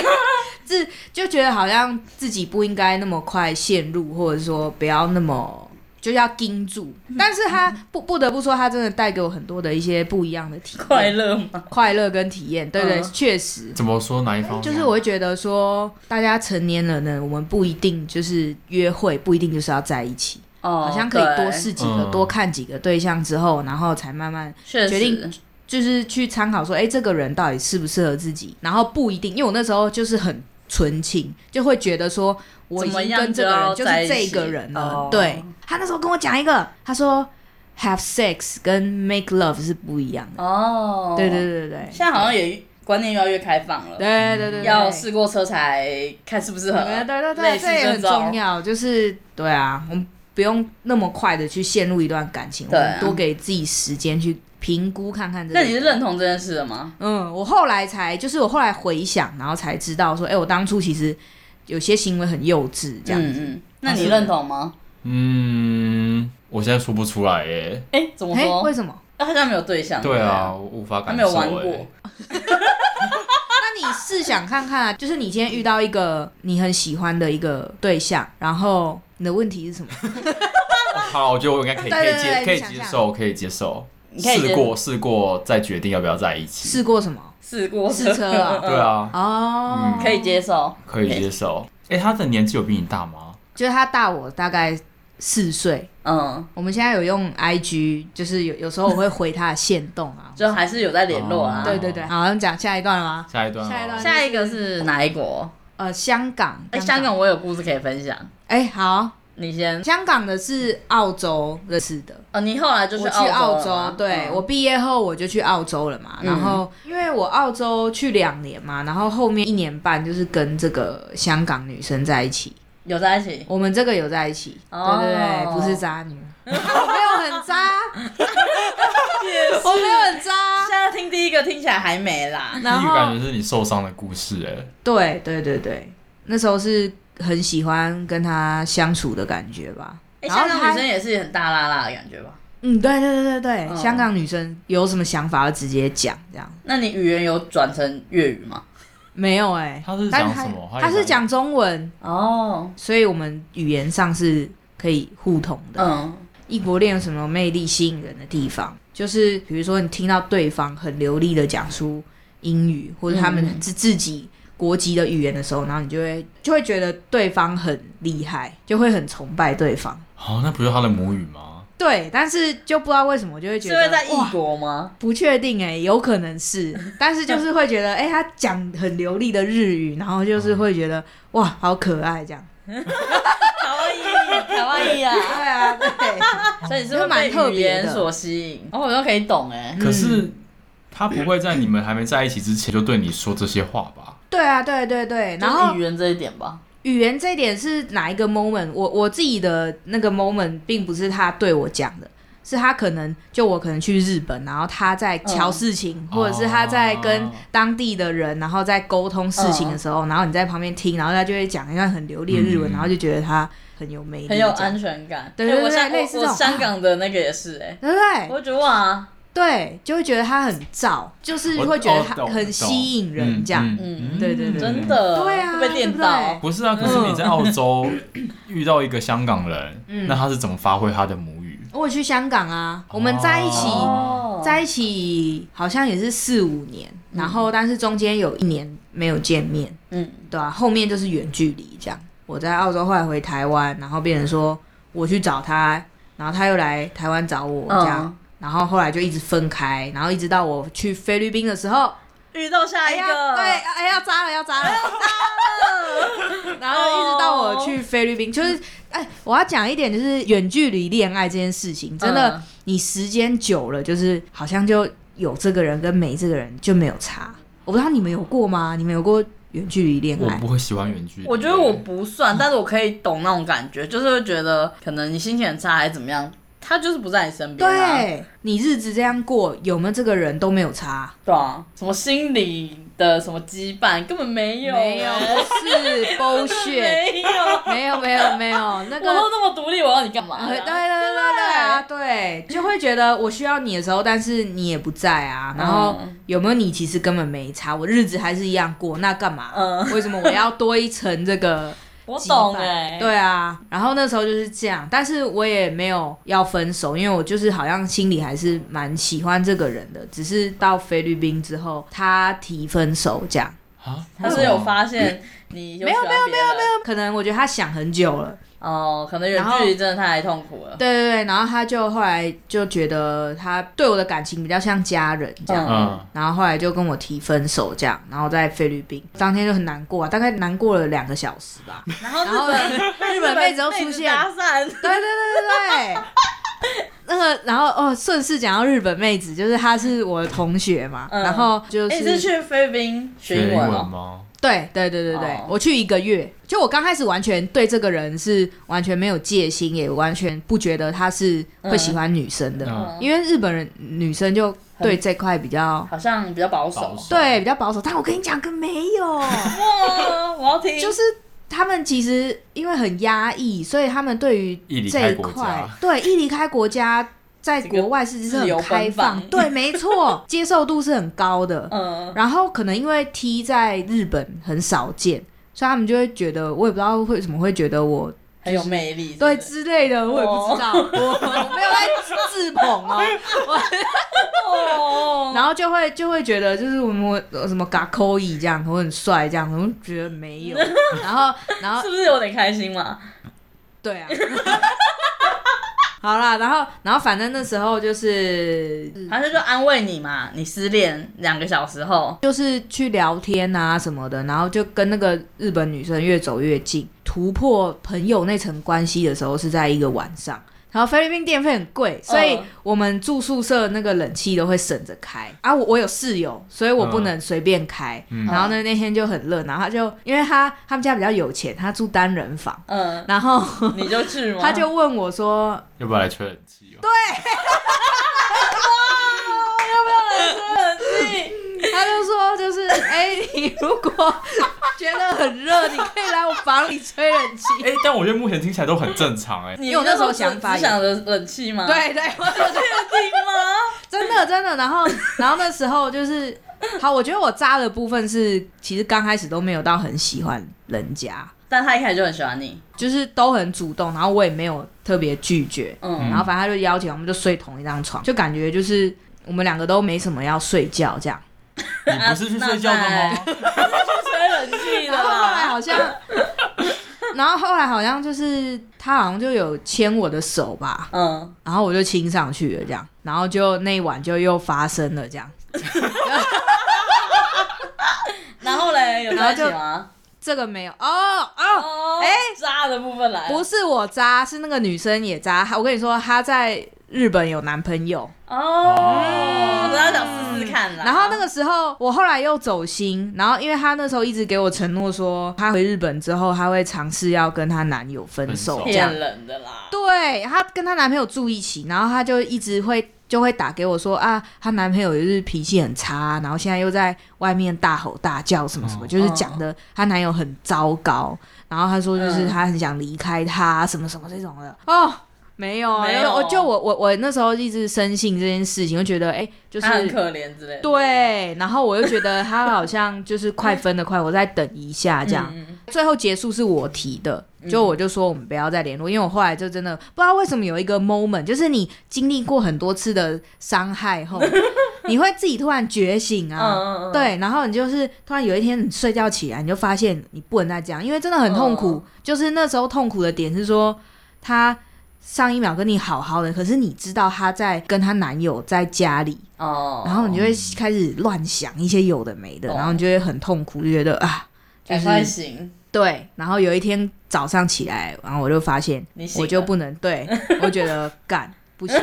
Speaker 2: 自就觉得好像自己不应该那么快陷入，或者说不要那么就要盯住。
Speaker 3: 嗯
Speaker 2: 但是他不不得不说，他真的带给我很多的一些不一样的体验，
Speaker 3: 快乐吗？
Speaker 2: 快乐跟体验，对对，
Speaker 3: 嗯
Speaker 2: 确实。
Speaker 1: 怎么说哪一方面？
Speaker 2: 就是我会觉得说，大家成年人呢，我们不一定就是约会，不一定就是要在一起，
Speaker 3: 哦，
Speaker 2: 好像可以多
Speaker 3: 对，
Speaker 2: 试几个、
Speaker 1: 嗯
Speaker 2: 多看几个对象之后，然后才慢慢
Speaker 3: 确实
Speaker 2: 决定就是去参考说，哎、这个人到底适不适合自己，然后不一定，因为我那时候就是很纯情，就会觉得说我已
Speaker 3: 怎么
Speaker 2: 经
Speaker 3: 样
Speaker 2: 跟这个人
Speaker 3: 就
Speaker 2: 就
Speaker 3: 要在
Speaker 2: 是
Speaker 3: 一起
Speaker 2: 这个人了。
Speaker 3: 哦
Speaker 2: 对他那时候跟我讲一个，他说 have sex 跟 make love 是不一样的。
Speaker 3: 哦，
Speaker 2: 对对对对对，
Speaker 3: 现在好像也观念越来越开放了，
Speaker 2: 对对对对，
Speaker 3: 要试过车才看适不适合，
Speaker 2: 对对对对，
Speaker 3: 类似
Speaker 2: 这也很
Speaker 3: 这种
Speaker 2: 重要，就是对啊，我们不用那么快的去陷入一段感情，我
Speaker 3: 对啊
Speaker 2: 们多给自己时间去评估看看这个。
Speaker 3: 那你是认同这件事的吗？
Speaker 2: 嗯，我后来才就是我后来回想，然后才知道说，哎、我当初其实有些行为很幼稚，这样子。
Speaker 3: 嗯嗯，那你认同吗？
Speaker 1: 嗯，我现在说不出来耶。
Speaker 3: 哎、怎么
Speaker 2: 哎、
Speaker 3: 说？
Speaker 2: 为什么？
Speaker 3: 啊他现在没有对象。
Speaker 1: 对啊，我无法
Speaker 3: 不对，
Speaker 1: 感
Speaker 3: 他没
Speaker 1: 受哎欸
Speaker 3: 有
Speaker 1: 耶。
Speaker 3: 玩过。
Speaker 2: 那你试想看看啊，就是你今天遇到一个你很喜欢的一个对象，然后你的问题是什么？ [laughs]
Speaker 1: [laughs] 好，我觉得我应该可以，可
Speaker 2: 对
Speaker 1: 以
Speaker 2: 对
Speaker 1: 接，
Speaker 2: 对
Speaker 1: 可以
Speaker 2: 你想
Speaker 1: 接
Speaker 2: 象
Speaker 1: 受，可以接受。
Speaker 3: 你可以
Speaker 1: 试
Speaker 3: 接
Speaker 1: 过，试过，再决定要不要在一起。
Speaker 2: 试过什么？
Speaker 3: 试过
Speaker 2: 试车啊
Speaker 1: 对，啊，
Speaker 2: 哦，
Speaker 1: 嗯
Speaker 3: [laughs] 可以，接受。
Speaker 1: 可以接受。哎，他的年纪有比你大吗？
Speaker 2: 就是他大我大概四岁。
Speaker 3: 嗯，。
Speaker 2: 我们现在有用 IG，就是有有时候我会回他的线动啊
Speaker 3: [laughs] 就还是有在联络啊。
Speaker 1: 哦
Speaker 2: 对对对，好，我们讲下一段了吗？
Speaker 1: 下一段哦，
Speaker 2: 下一段
Speaker 3: 下一个是哪一国？
Speaker 2: 呃，啊香港，
Speaker 3: 哎、香，港我有故事可以分享。
Speaker 2: 哎、好，
Speaker 3: 你先，
Speaker 2: 香港的是澳洲认识的。
Speaker 3: 哦，你后来就
Speaker 2: 我去
Speaker 3: 澳
Speaker 2: 澳
Speaker 3: 了吗
Speaker 2: 洲，对、
Speaker 3: 嗯
Speaker 2: 我毕业后我就去澳洲了嘛。
Speaker 3: 嗯
Speaker 2: 然后因为我澳洲去两年嘛，然后后面一年半就是跟这个香港女生在一起。
Speaker 3: 有在一起。
Speaker 2: 我们这个有在一起，
Speaker 3: 嗯哦
Speaker 2: 对对对，不是渣
Speaker 3: [laughs]
Speaker 2: 女，我没有很渣，我没有很渣。
Speaker 3: 现在听第一个听起来还没啦。
Speaker 1: 第
Speaker 2: 然
Speaker 1: 一个感
Speaker 2: 后
Speaker 1: 觉是你受伤的故事，哎，
Speaker 2: 对对对对，那时候是很喜欢跟她相处的感觉吧。
Speaker 3: 哎、
Speaker 2: 然后
Speaker 3: 香港
Speaker 2: 她
Speaker 3: 女生也是很大辣辣的感觉吧？
Speaker 2: 嗯，对对对对对，
Speaker 3: 嗯
Speaker 2: 香港女生有什么想法就直接讲这样。
Speaker 3: 那你语言有转成粤语吗？
Speaker 2: 没有哎、
Speaker 1: 他是
Speaker 2: 但
Speaker 1: 讲什么
Speaker 2: 他
Speaker 1: 他
Speaker 2: 他是讲中文，
Speaker 3: 哦，
Speaker 2: 所以我们语言上是可以互通的。
Speaker 3: 嗯，
Speaker 2: 异国恋有什么魅力吸引人的地方？就是比如说你听到对方很流利的讲出英语，或者他们
Speaker 3: 嗯
Speaker 2: 自自己国籍的语言的时候，然后你就会就会觉得对方很厉害，就会很崇拜对方。
Speaker 1: 哦，那不是他的母语吗？
Speaker 2: 对，但是就不知道为什么，我就会觉
Speaker 3: 是
Speaker 2: 得
Speaker 3: 会在异
Speaker 2: 哇
Speaker 3: 国吗？
Speaker 2: 不确定哎、有可能
Speaker 3: [laughs]
Speaker 2: 是，但是就是会觉得哎、他讲很流利的日语，然后就是会觉
Speaker 3: 嗯
Speaker 2: 得哇，好可爱这样。
Speaker 3: 卡哇伊，卡哇伊啊！
Speaker 2: 对啊，对。
Speaker 3: [laughs] 所以你是会被
Speaker 2: 蛮特
Speaker 3: 语
Speaker 2: 别
Speaker 3: 言
Speaker 2: 的
Speaker 3: 所吸引，哦，我都可以懂哎、
Speaker 1: 可是他不会在你们还没在一起之前就对你说这些话吧？
Speaker 2: 对啊，对对对，然后
Speaker 3: 就是语言这一点吧，
Speaker 2: 语言这一点是哪一个 moment？我我自己的那个 moment 并不是他对我讲的，是他可能就我可能去日本，然后他在瞧事情，
Speaker 3: 嗯
Speaker 2: 或者是他在跟
Speaker 1: 哦
Speaker 2: 当地的人，然后在沟通事情的时
Speaker 3: 嗯
Speaker 2: 候，然后你在旁边听，然后他就会讲一段很流利的日文，
Speaker 1: 嗯
Speaker 2: 然后就觉得他很有魅力，
Speaker 3: 很有安，全感。
Speaker 2: 对对对
Speaker 3: 哎我香
Speaker 2: 类似
Speaker 3: 我
Speaker 2: 这
Speaker 3: 我
Speaker 2: 种
Speaker 3: 香港的那个也是哎、
Speaker 2: 对不对？
Speaker 3: 我就觉得哇，
Speaker 2: 对，就会觉得他很燥，就是
Speaker 1: 我
Speaker 2: 会觉得
Speaker 1: 哦
Speaker 2: 他
Speaker 1: 懂
Speaker 2: 很
Speaker 1: 懂
Speaker 2: 吸引人这样。
Speaker 3: 嗯
Speaker 2: 对对对
Speaker 3: 真的，
Speaker 2: 对啊
Speaker 3: 会被电到，
Speaker 1: 不是啊，可是你在澳
Speaker 2: [laughs]
Speaker 1: 洲遇到一个香港人，
Speaker 2: 嗯
Speaker 1: 那他是怎么发挥他的母语？
Speaker 2: 我有去香港啊，我们在一起。
Speaker 1: 哦
Speaker 2: 在一起好像也是四五年，然后但是中间有一年没有见面，
Speaker 3: 嗯，
Speaker 2: 对啊，后面就是远距离这样。我在澳洲，后来回台湾，然后变成说我去找他，然后他又来台湾找我这样，
Speaker 3: 嗯
Speaker 2: 然后后来就一直分开，然后一直到我去菲律宾的时候，
Speaker 3: 遇到下
Speaker 2: 哎
Speaker 3: 一
Speaker 2: 呀，
Speaker 3: 个，
Speaker 2: 对，哎要扎了要扎了， [laughs] 然后一直到我去菲律
Speaker 3: 哦
Speaker 2: 宾，就是哎，我要讲一点就是远距离恋爱这件事情，真的。
Speaker 3: 嗯
Speaker 2: 你时间久了，就是好像就有这个人跟没这个人就没有差。我不知道你们有过吗？你们有过远距离恋
Speaker 1: 我
Speaker 2: 爱
Speaker 1: 不？会喜欢远距离。
Speaker 3: 我觉得我不算，但是我可以懂那种感觉，就是会觉得可能你心情很差还是怎么样，他就是不在你身边、啊，
Speaker 2: 对你日子这样过，有没有这个人都没有差。
Speaker 3: 对啊，什么心理的什么羁绊，根本没有、
Speaker 2: 没有，
Speaker 3: 欸
Speaker 2: 不是 bullshit，
Speaker 3: [laughs] 没有，
Speaker 2: 没有没有没有，那
Speaker 3: 我都
Speaker 2: 个。
Speaker 3: 那么独立，我要你干嘛、
Speaker 2: 呃对对对对啊，对，就会觉得我需要你的时候，但是你也不在啊。然后
Speaker 3: 嗯
Speaker 2: 有没有你，其实根本没差，我日子还是一样过，那干嘛？
Speaker 3: 嗯
Speaker 2: 为什么我要多一层这个
Speaker 3: 我
Speaker 2: 羁绊？
Speaker 3: 懂哎、欸，
Speaker 2: 对啊。然后那时候就是这样，但是我也没有要分手，因为我就是好像心里还是蛮喜欢这个人的，只是到菲律宾之后，他提分手这样。
Speaker 1: 啊，
Speaker 3: 他是有发现你没有没有没有没有
Speaker 2: 可能我觉得他想很久了，
Speaker 3: 哦，可能远距离真的太痛苦了。
Speaker 2: 对对对，然后他就后来就觉得他对我的感情比较像家人这样，
Speaker 1: 嗯，
Speaker 2: 然后后来就跟我提分手这样，然后在菲律宾当天就很难过、啊，大概难过了两个小时吧。
Speaker 3: 然后
Speaker 2: 然后
Speaker 3: 日本
Speaker 2: 日本妹子又出现
Speaker 3: 搭
Speaker 2: 对
Speaker 3: 讪，
Speaker 2: 对对对对。那个，然后哦，顺势讲到日本妹子，就是她是我的同学嘛，
Speaker 3: 嗯
Speaker 2: 然后就是、
Speaker 3: 哎，你是去菲律宾学
Speaker 1: 学
Speaker 3: 英
Speaker 1: 英
Speaker 3: 文
Speaker 1: 文
Speaker 3: 哦？
Speaker 1: 吗？
Speaker 2: 对对对对对，
Speaker 3: 哦
Speaker 2: 我去一个月，就我刚开始完全对这个人是完全没有戒心，也完全不觉得他是会喜欢女生的，
Speaker 1: 嗯
Speaker 2: 因为日本人女生就对这块比较
Speaker 3: 好像比较保守。
Speaker 1: 保守
Speaker 2: 对比较保守，但我跟你讲，跟没
Speaker 1: [laughs]
Speaker 2: 有，
Speaker 3: 哇，我要听，
Speaker 2: 就是。他们其实因为很压抑，所以他们对于
Speaker 1: 一离
Speaker 2: 这
Speaker 1: 开
Speaker 2: 一
Speaker 1: 国
Speaker 2: 块
Speaker 1: 家，
Speaker 2: 对一离开国家，在国外是是
Speaker 3: 自由
Speaker 2: 很
Speaker 3: 奔
Speaker 2: 开放，
Speaker 3: 放
Speaker 2: 对，没错， [laughs] 接受度是很高的。
Speaker 3: 嗯，
Speaker 2: 然后可能因为 T 在日本很少见，所以他们就会觉得，我也不知道为什么会觉得我
Speaker 3: 很有魅力。
Speaker 2: 对之
Speaker 3: 是
Speaker 2: 类的，我也不知道，我
Speaker 1: 哦
Speaker 2: 我没有在自
Speaker 1: [laughs]
Speaker 2: 捧哦。
Speaker 3: 不是哦，
Speaker 2: 然后就会就会觉得就是我们我什么嘎扣一这样，我很帅这样，我就觉得没有。然后然后
Speaker 3: 是不是有点开心嘛？
Speaker 2: 对啊。 [laughs] 好啦，然后，然后，反正那时候就是
Speaker 3: 还嗯是就安慰你嘛？你失恋两个小时后，
Speaker 2: 就是去聊天啊什么的，然后就跟那个日本女生越走越近，突破朋友那层关系的时候是在一个晚上。然后菲律宾电费很贵，所以
Speaker 3: 嗯
Speaker 2: 我们住宿舍那个冷气都会省着开啊。我我有室友，所以我不能随便开。
Speaker 1: 嗯
Speaker 2: 然后呢，那天就很热，然后他就因为他他们家比较有钱，他住单人房，
Speaker 3: 嗯，
Speaker 2: 然后
Speaker 3: 你就去吗？
Speaker 2: 他就问我说：“
Speaker 1: 要不要来吹冷气哦？
Speaker 3: 很气。
Speaker 2: 他就说，就是哎、你如果觉得很热，你可以来我房里吹冷气。
Speaker 1: 哎，但我觉得目前听起来都很正常
Speaker 3: [laughs]
Speaker 1: 哎。
Speaker 3: 你
Speaker 2: 因为我那时候
Speaker 3: 只
Speaker 2: 想法
Speaker 3: 只想着冷气吗？，
Speaker 2: 对对，我就觉得
Speaker 3: 听吗？
Speaker 2: 嗯真的真的。然后然后那时候就是，好，我觉得我渣的部分是，其实刚开始都没有到很喜欢人家，
Speaker 3: 但他一开始就很喜欢你，
Speaker 2: 就是都很主动，然后我也没有特别拒绝。
Speaker 3: 嗯 [laughs]
Speaker 2: 然后反正他就邀请我们就睡同一张床，就感觉就是我们两个都没什么要睡觉这样。
Speaker 3: 啊
Speaker 1: 你不是去睡觉的吗？
Speaker 3: 吹冷气
Speaker 2: [laughs]
Speaker 3: 的
Speaker 2: 然后后来
Speaker 3: 啦。
Speaker 2: 好像，然后后来好像就是他好像就有牵我的手吧，
Speaker 3: 嗯，
Speaker 2: 然后我就亲上去了这样，然后就那一晚就又发生了这样。
Speaker 3: 然后嘞，有在一起
Speaker 2: 然
Speaker 3: 吗？
Speaker 2: 这个没有哦哦，
Speaker 3: 哦，
Speaker 2: 哎
Speaker 3: 渣的部分来了，
Speaker 2: 不是我渣，是那个女生也渣。我跟你说，她在日本有男朋友，
Speaker 3: 哦，我要想试试看啦。
Speaker 2: 然后那个时候我后来又走心，然后因为她那时候一直给我承诺说，她回日本之后她会尝试要跟她男友分手
Speaker 1: 分手
Speaker 2: 这样
Speaker 3: 骗。人的啦，
Speaker 2: 对她跟她男朋友住一起，然后她就一直会就会打给我说啊，她男朋友就是脾气很差，然后现在又在外面大吼大叫什么什么，
Speaker 1: 哦
Speaker 2: 就是讲的她男友很糟糕，然后她说就是
Speaker 3: 嗯
Speaker 2: 她很想离开他什么什么这种的哦。没有啊，
Speaker 3: 没有
Speaker 2: 我就我我我那时候一直深信这件事情，就觉得哎、就是
Speaker 3: 他很可怜之类的。
Speaker 2: 对，然后我又觉得他好像就是快分的快，我再等一下这样。
Speaker 3: 嗯，嗯
Speaker 2: 最后结束是我提的，就我就说我们不要再联络，因为我后来就真的不知道为什么有一个 moment，就是你经历过很多次的伤害
Speaker 3: [laughs]
Speaker 2: 后，你会自己突然觉醒
Speaker 3: 嗯
Speaker 2: 啊。
Speaker 3: 嗯嗯，
Speaker 2: 对，然后你就是突然有一天你睡觉起来，你就发现你不能再这样，因为真的很痛
Speaker 3: 嗯
Speaker 2: 苦。就是那时候痛苦的点是说，她上一秒跟你好好的，可是你知道她在跟她男友在家里，
Speaker 3: 哦，
Speaker 2: 然后你就会开始乱想一些有的没的，
Speaker 3: 懂
Speaker 2: 然后你就会很痛苦，就觉得啊，就
Speaker 3: 赶快
Speaker 2: 是
Speaker 3: 醒，
Speaker 2: 对。然后有一天早上起来，然后我就发现
Speaker 3: 你醒了
Speaker 2: 我就不能对，我觉得
Speaker 3: [laughs]
Speaker 2: 干不行，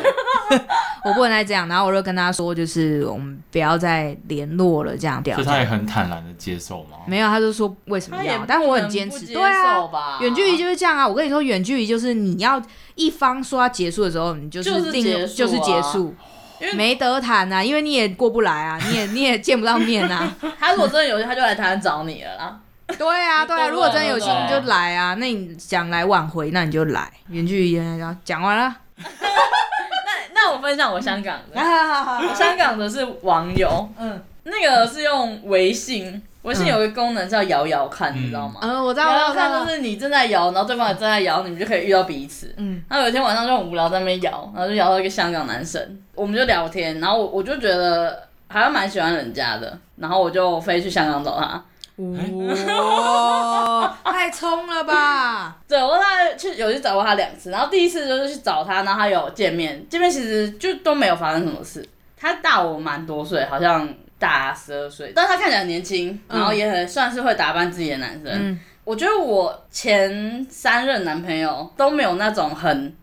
Speaker 2: 我不能再这样。然后我就跟他说，就是我们不要再联络了，这样掉
Speaker 1: 所以。他也很坦然的接受吗？
Speaker 2: 没有，他就说为什么
Speaker 3: 他也
Speaker 2: 要
Speaker 3: 不？
Speaker 2: 但我很
Speaker 3: 能
Speaker 2: 坚
Speaker 3: 不
Speaker 2: 持，
Speaker 3: 接
Speaker 2: 对啊
Speaker 3: 受。吧，
Speaker 2: 远距离就是这样啊！我跟你说，远距离就是你要一方说要结束的时候，你就是
Speaker 3: 就是
Speaker 2: 另
Speaker 3: 结束啊
Speaker 2: 就是结束，
Speaker 3: 因为
Speaker 2: 没得谈啊，因为你也过不来啊，你也你也见不到面啊。
Speaker 3: 他如果真的有，他就来台湾找你了啦。
Speaker 2: [laughs] 对啊，对啊，
Speaker 3: 你都来了
Speaker 2: 如果真的有幸
Speaker 1: 对
Speaker 2: 你就来啊，那你想来挽回，那你就来。远距离恋爱啊，讲完
Speaker 3: [laughs]
Speaker 2: 了，
Speaker 3: 那那我分享我香港的，
Speaker 2: 啊
Speaker 3: 香港的是网友，
Speaker 2: 嗯，
Speaker 3: 那个是用微信，微信
Speaker 2: 嗯
Speaker 3: 有个功能叫摇摇看，你知道吗？
Speaker 2: 呃，我知道，
Speaker 3: 摇
Speaker 2: 我
Speaker 3: 摇
Speaker 2: 知道，
Speaker 3: 看就是你正在摇，然后对方也正在摇，你们就可以遇到彼此。
Speaker 2: 嗯
Speaker 3: 然后有一天晚上就很无聊，在那边摇，然后就摇到一个香港男生，我们就聊天，然后我我就觉得好像蛮喜欢人家的，然后我就飞去香港找他。哎
Speaker 2: 哇，太冲了
Speaker 3: [laughs]
Speaker 2: 吧！嗯
Speaker 3: 对，我大概去有去找过他两次，然后第一次就是去找他，然后他有见面，见面其实就都没有发生什么事。他大我蛮多岁，好像大十二岁，但他看起来很年轻，然后也很算是会打扮自己的男生。
Speaker 2: 嗯
Speaker 3: 我觉得我前三任男朋友都没有那种很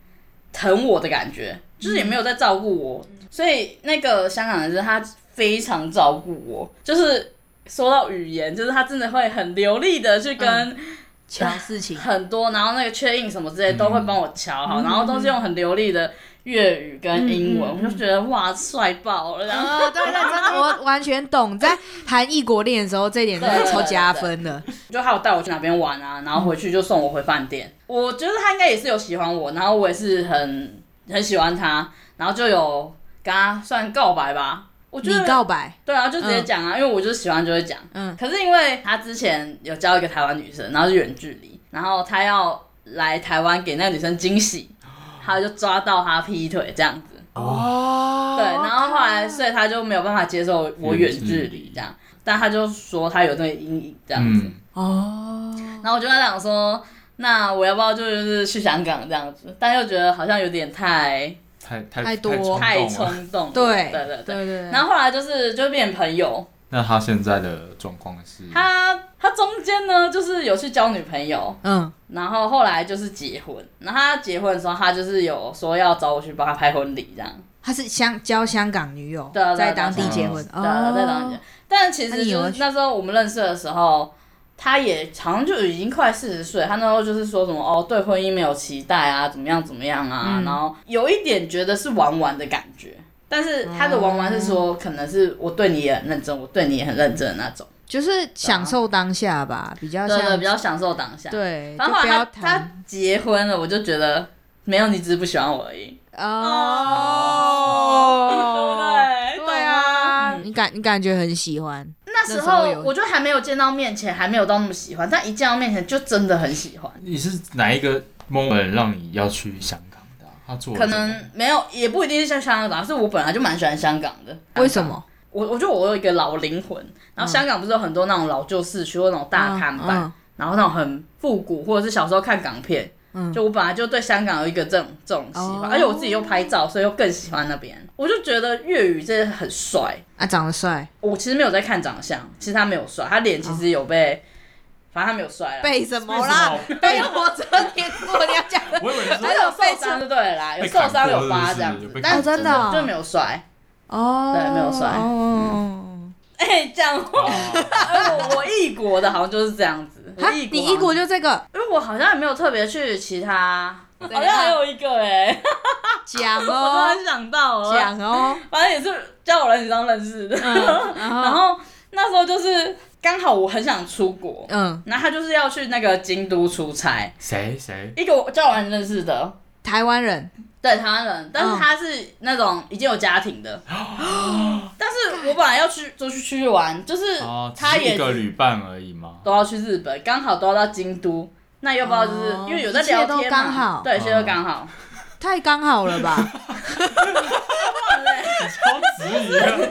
Speaker 3: 疼我的感觉，就是也没有在照顾我，所以那个香港男生他非常照顾我，就是说到语言，就是他真的会很流利的去跟、
Speaker 2: 抢事情，
Speaker 3: 很多，然后那个确印什么之类都会帮我敲好，然后都是用很流利的粤语跟英文，
Speaker 2: 嗯嗯嗯嗯
Speaker 3: 我就觉得哇帅爆了，然后。
Speaker 2: 呃，对对，真的，我完全懂，在谈异国恋的时候，这一点真的超加分的。
Speaker 3: 就还有带我去哪边玩啊，然后回去就送我回饭店。我觉得他应该也是有喜欢我，然后我也是很很喜欢他，然后就有跟他算告白吧。我觉
Speaker 2: 你
Speaker 3: 得
Speaker 2: 告白，
Speaker 3: 对啊，就直接讲啊，因为我就是喜欢就会讲。
Speaker 2: 嗯
Speaker 3: 可是因为他之前有交一个台湾女生，然后是远距离，然后他要来台湾给那个女生惊喜，他就抓到他劈腿这样子。
Speaker 2: 哦，
Speaker 3: 对，然后后来，所以他就没有办法接受我远距
Speaker 1: 远距
Speaker 3: 离
Speaker 1: 离
Speaker 3: 这样，但他就说他有那个阴影这样子。
Speaker 1: 嗯，
Speaker 2: 哦，
Speaker 3: 然后我就在想说，那我要不要就是去香港这样子？但又觉得好像有点太
Speaker 1: 太太
Speaker 2: 太多
Speaker 1: 冲动
Speaker 3: 太
Speaker 1: 了
Speaker 3: 冲动了。
Speaker 2: 对
Speaker 3: 对对对。
Speaker 2: 对对，
Speaker 3: 然后后来就是就变朋友，
Speaker 1: 那他现在的状况是，
Speaker 3: 他他中间呢就是有去交女朋友，
Speaker 2: 嗯，
Speaker 3: 然后后来就是结婚。然后他结婚的时候，他就是有说要找我去帮他拍婚礼这样。
Speaker 2: 他是香交香港女友
Speaker 3: 对啊，对啊
Speaker 2: 在当地结婚，
Speaker 3: 对啊，
Speaker 2: 哦
Speaker 3: 在当年。 [laughs] 但其
Speaker 2: 那
Speaker 3: 实
Speaker 2: 你有
Speaker 3: 就
Speaker 2: 去
Speaker 3: 是那时候我们认识的时候，他也好像就已经快四十岁，他那时候就是说什么哦，对婚姻没有期待啊，怎么样怎么样啊，
Speaker 2: 嗯
Speaker 3: 然后有一点觉得是玩玩的感觉。但是他的玩玩是
Speaker 2: 哦
Speaker 3: 说，可能是我对你也很认真，我对你也很认真的那种，
Speaker 2: 就是享受当下吧，比较
Speaker 3: 对对，
Speaker 2: 像
Speaker 3: 比较享受当下。，
Speaker 2: 对，
Speaker 3: 然
Speaker 2: 就
Speaker 3: 后后
Speaker 2: 不
Speaker 3: 来他
Speaker 2: 要
Speaker 3: 他
Speaker 2: 谈
Speaker 3: 结婚了，我就觉得没有，你只是不喜欢我而已。
Speaker 2: 哦，
Speaker 3: 对
Speaker 2: 对啊，你感你感觉很喜欢，
Speaker 3: 那时
Speaker 2: 那时候
Speaker 3: 候
Speaker 2: 有
Speaker 3: 我就还没有见到面前，还没有到那么喜欢，但一见到面前就真的很喜欢。
Speaker 1: 你是哪一个 moment 让你要去香港的啊、他做了
Speaker 3: 可
Speaker 1: 什么
Speaker 3: 能没有，也不一定是像香港，是我本来就蛮喜欢香港的。
Speaker 2: 为什？么？
Speaker 3: 我我觉得我有一个老灵魂，然后香港不是有很多那种老旧市区或那种大看板，
Speaker 2: 嗯
Speaker 3: 然后那种很复古，或者是小时候看港片，
Speaker 2: 嗯
Speaker 3: 就我本来就对香港有一个这种这种喜欢，
Speaker 2: 哦
Speaker 3: 而且我自己又拍照，所以又更喜欢那边。我就觉得粤语真的很帅，
Speaker 2: 啊，长得帅，
Speaker 3: 我其实没有在看长相，其实他没有帅，他脸其实有
Speaker 2: 哦
Speaker 3: 被，反正他没有帅啦，
Speaker 2: 背什么
Speaker 1: 啦
Speaker 2: 啦
Speaker 1: 为什么？
Speaker 2: 背我遮天过，你要讲。
Speaker 1: 我以为你
Speaker 3: 还
Speaker 1: 说
Speaker 3: 有受伤就对了啦，有
Speaker 1: 被
Speaker 3: 受
Speaker 1: 砍
Speaker 3: 伤
Speaker 1: 过
Speaker 3: 有疤这样
Speaker 1: 是
Speaker 3: 子
Speaker 1: 不是有被，
Speaker 3: 但
Speaker 1: 砍
Speaker 2: 过
Speaker 3: 真
Speaker 2: 哦真的哦
Speaker 3: 就没有帅。
Speaker 2: [laughs] 哦，
Speaker 3: [laughs] 对没有帅
Speaker 2: 哦，
Speaker 3: 哎、这样，
Speaker 1: 啊
Speaker 3: [laughs] 我我异国的好像就是这样子，我啊
Speaker 2: 哈
Speaker 3: 异国，
Speaker 2: 你一国，就这个
Speaker 3: 因为我好像也没有特别去其他，好
Speaker 2: 样
Speaker 3: 像还有一个哎、
Speaker 2: 讲
Speaker 3: [laughs] 我突
Speaker 2: 啊哦
Speaker 3: 然，想到了，
Speaker 2: 讲哦，
Speaker 3: 反正也是交友软体上认识的，
Speaker 2: 嗯，
Speaker 3: 然
Speaker 2: 然后
Speaker 3: 后那时候就是刚好我很想出国，
Speaker 2: 嗯，
Speaker 3: 然后他就是要去那个京都出差，
Speaker 1: 谁谁
Speaker 3: 一个我交友软体认识的，
Speaker 2: 台湾人，
Speaker 3: 对台湾人，
Speaker 2: 嗯
Speaker 3: 但是他是那种已经有家
Speaker 2: [gasps]
Speaker 3: 庭的。但是我本来要去就去出去玩，就是
Speaker 1: 哦，只
Speaker 3: 他
Speaker 1: 是
Speaker 3: 也
Speaker 1: 一个旅伴而已吗？
Speaker 3: 都要去日本，刚好都要到京都，那又不知道就是、
Speaker 2: 哦
Speaker 3: 因为有在聊
Speaker 2: 一
Speaker 3: 天
Speaker 2: 切都
Speaker 3: 嘛，
Speaker 2: 刚好
Speaker 3: 对，一切都
Speaker 1: 哦
Speaker 3: 刚好。 [laughs]
Speaker 2: 太刚好了吧？
Speaker 1: 超质疑
Speaker 3: [laughs]
Speaker 1: 的，
Speaker 3: 真的没有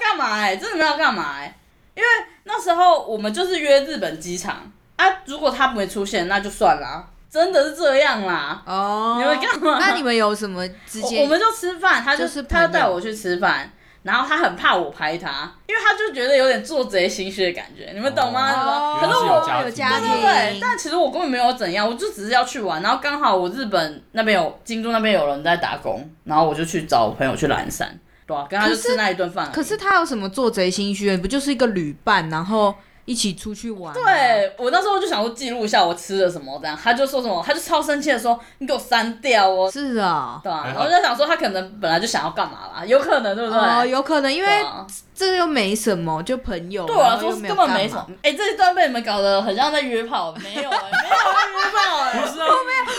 Speaker 3: 干嘛哎、真的没有干嘛哎、因为那时候我们就是约日本机场啊，如果他不会出现，那就算啦，真的是这样啦。
Speaker 2: 哦，
Speaker 3: 你们干嘛
Speaker 2: 那你们有什么直
Speaker 3: 我
Speaker 2: 接？
Speaker 3: 我们就吃饭，他就
Speaker 2: 就是朋
Speaker 3: 他
Speaker 2: 友
Speaker 3: 就带我去吃饭。然后他很怕我拍他，因为他就觉得有点做贼心虚的感觉，你们懂吗？
Speaker 1: 哦
Speaker 3: 你们
Speaker 2: 哦，
Speaker 1: 可是我
Speaker 2: 有
Speaker 1: 家
Speaker 2: 家
Speaker 1: 庭
Speaker 2: 庭，
Speaker 3: 对对，但其实我根本没有怎样，我就只是要去玩，然后刚好我日本那边有京都那边有人在打工，然后我就去找我朋友去蓝山，对啊，跟他就
Speaker 2: 可是
Speaker 3: 吃那一顿饭而已。
Speaker 2: 可是他有什么做贼心虚？不就是一个旅伴，然后一起出去玩、啊。，
Speaker 3: 对我那时候就想说记录一下我吃了什么，这样他就说什么，他就超生气的说你给我删掉哦，
Speaker 2: 是啊、
Speaker 3: 对啊
Speaker 1: 还，好
Speaker 3: 然后就想说他可能本来就想要干嘛啦，有可能对不对？
Speaker 2: 哦，有可能，因为
Speaker 3: 对啊
Speaker 2: 这又没什么，就朋友，
Speaker 3: 对我来
Speaker 2: 然后
Speaker 3: 说
Speaker 2: 又
Speaker 3: 是
Speaker 2: 没有
Speaker 3: 根本
Speaker 2: 干
Speaker 3: 没
Speaker 2: 嘛
Speaker 3: 什么。哎、这一段被你们搞得很像在约炮，没有、哎，没有在约炮、
Speaker 2: [laughs]
Speaker 3: 哎，
Speaker 1: 不是啊，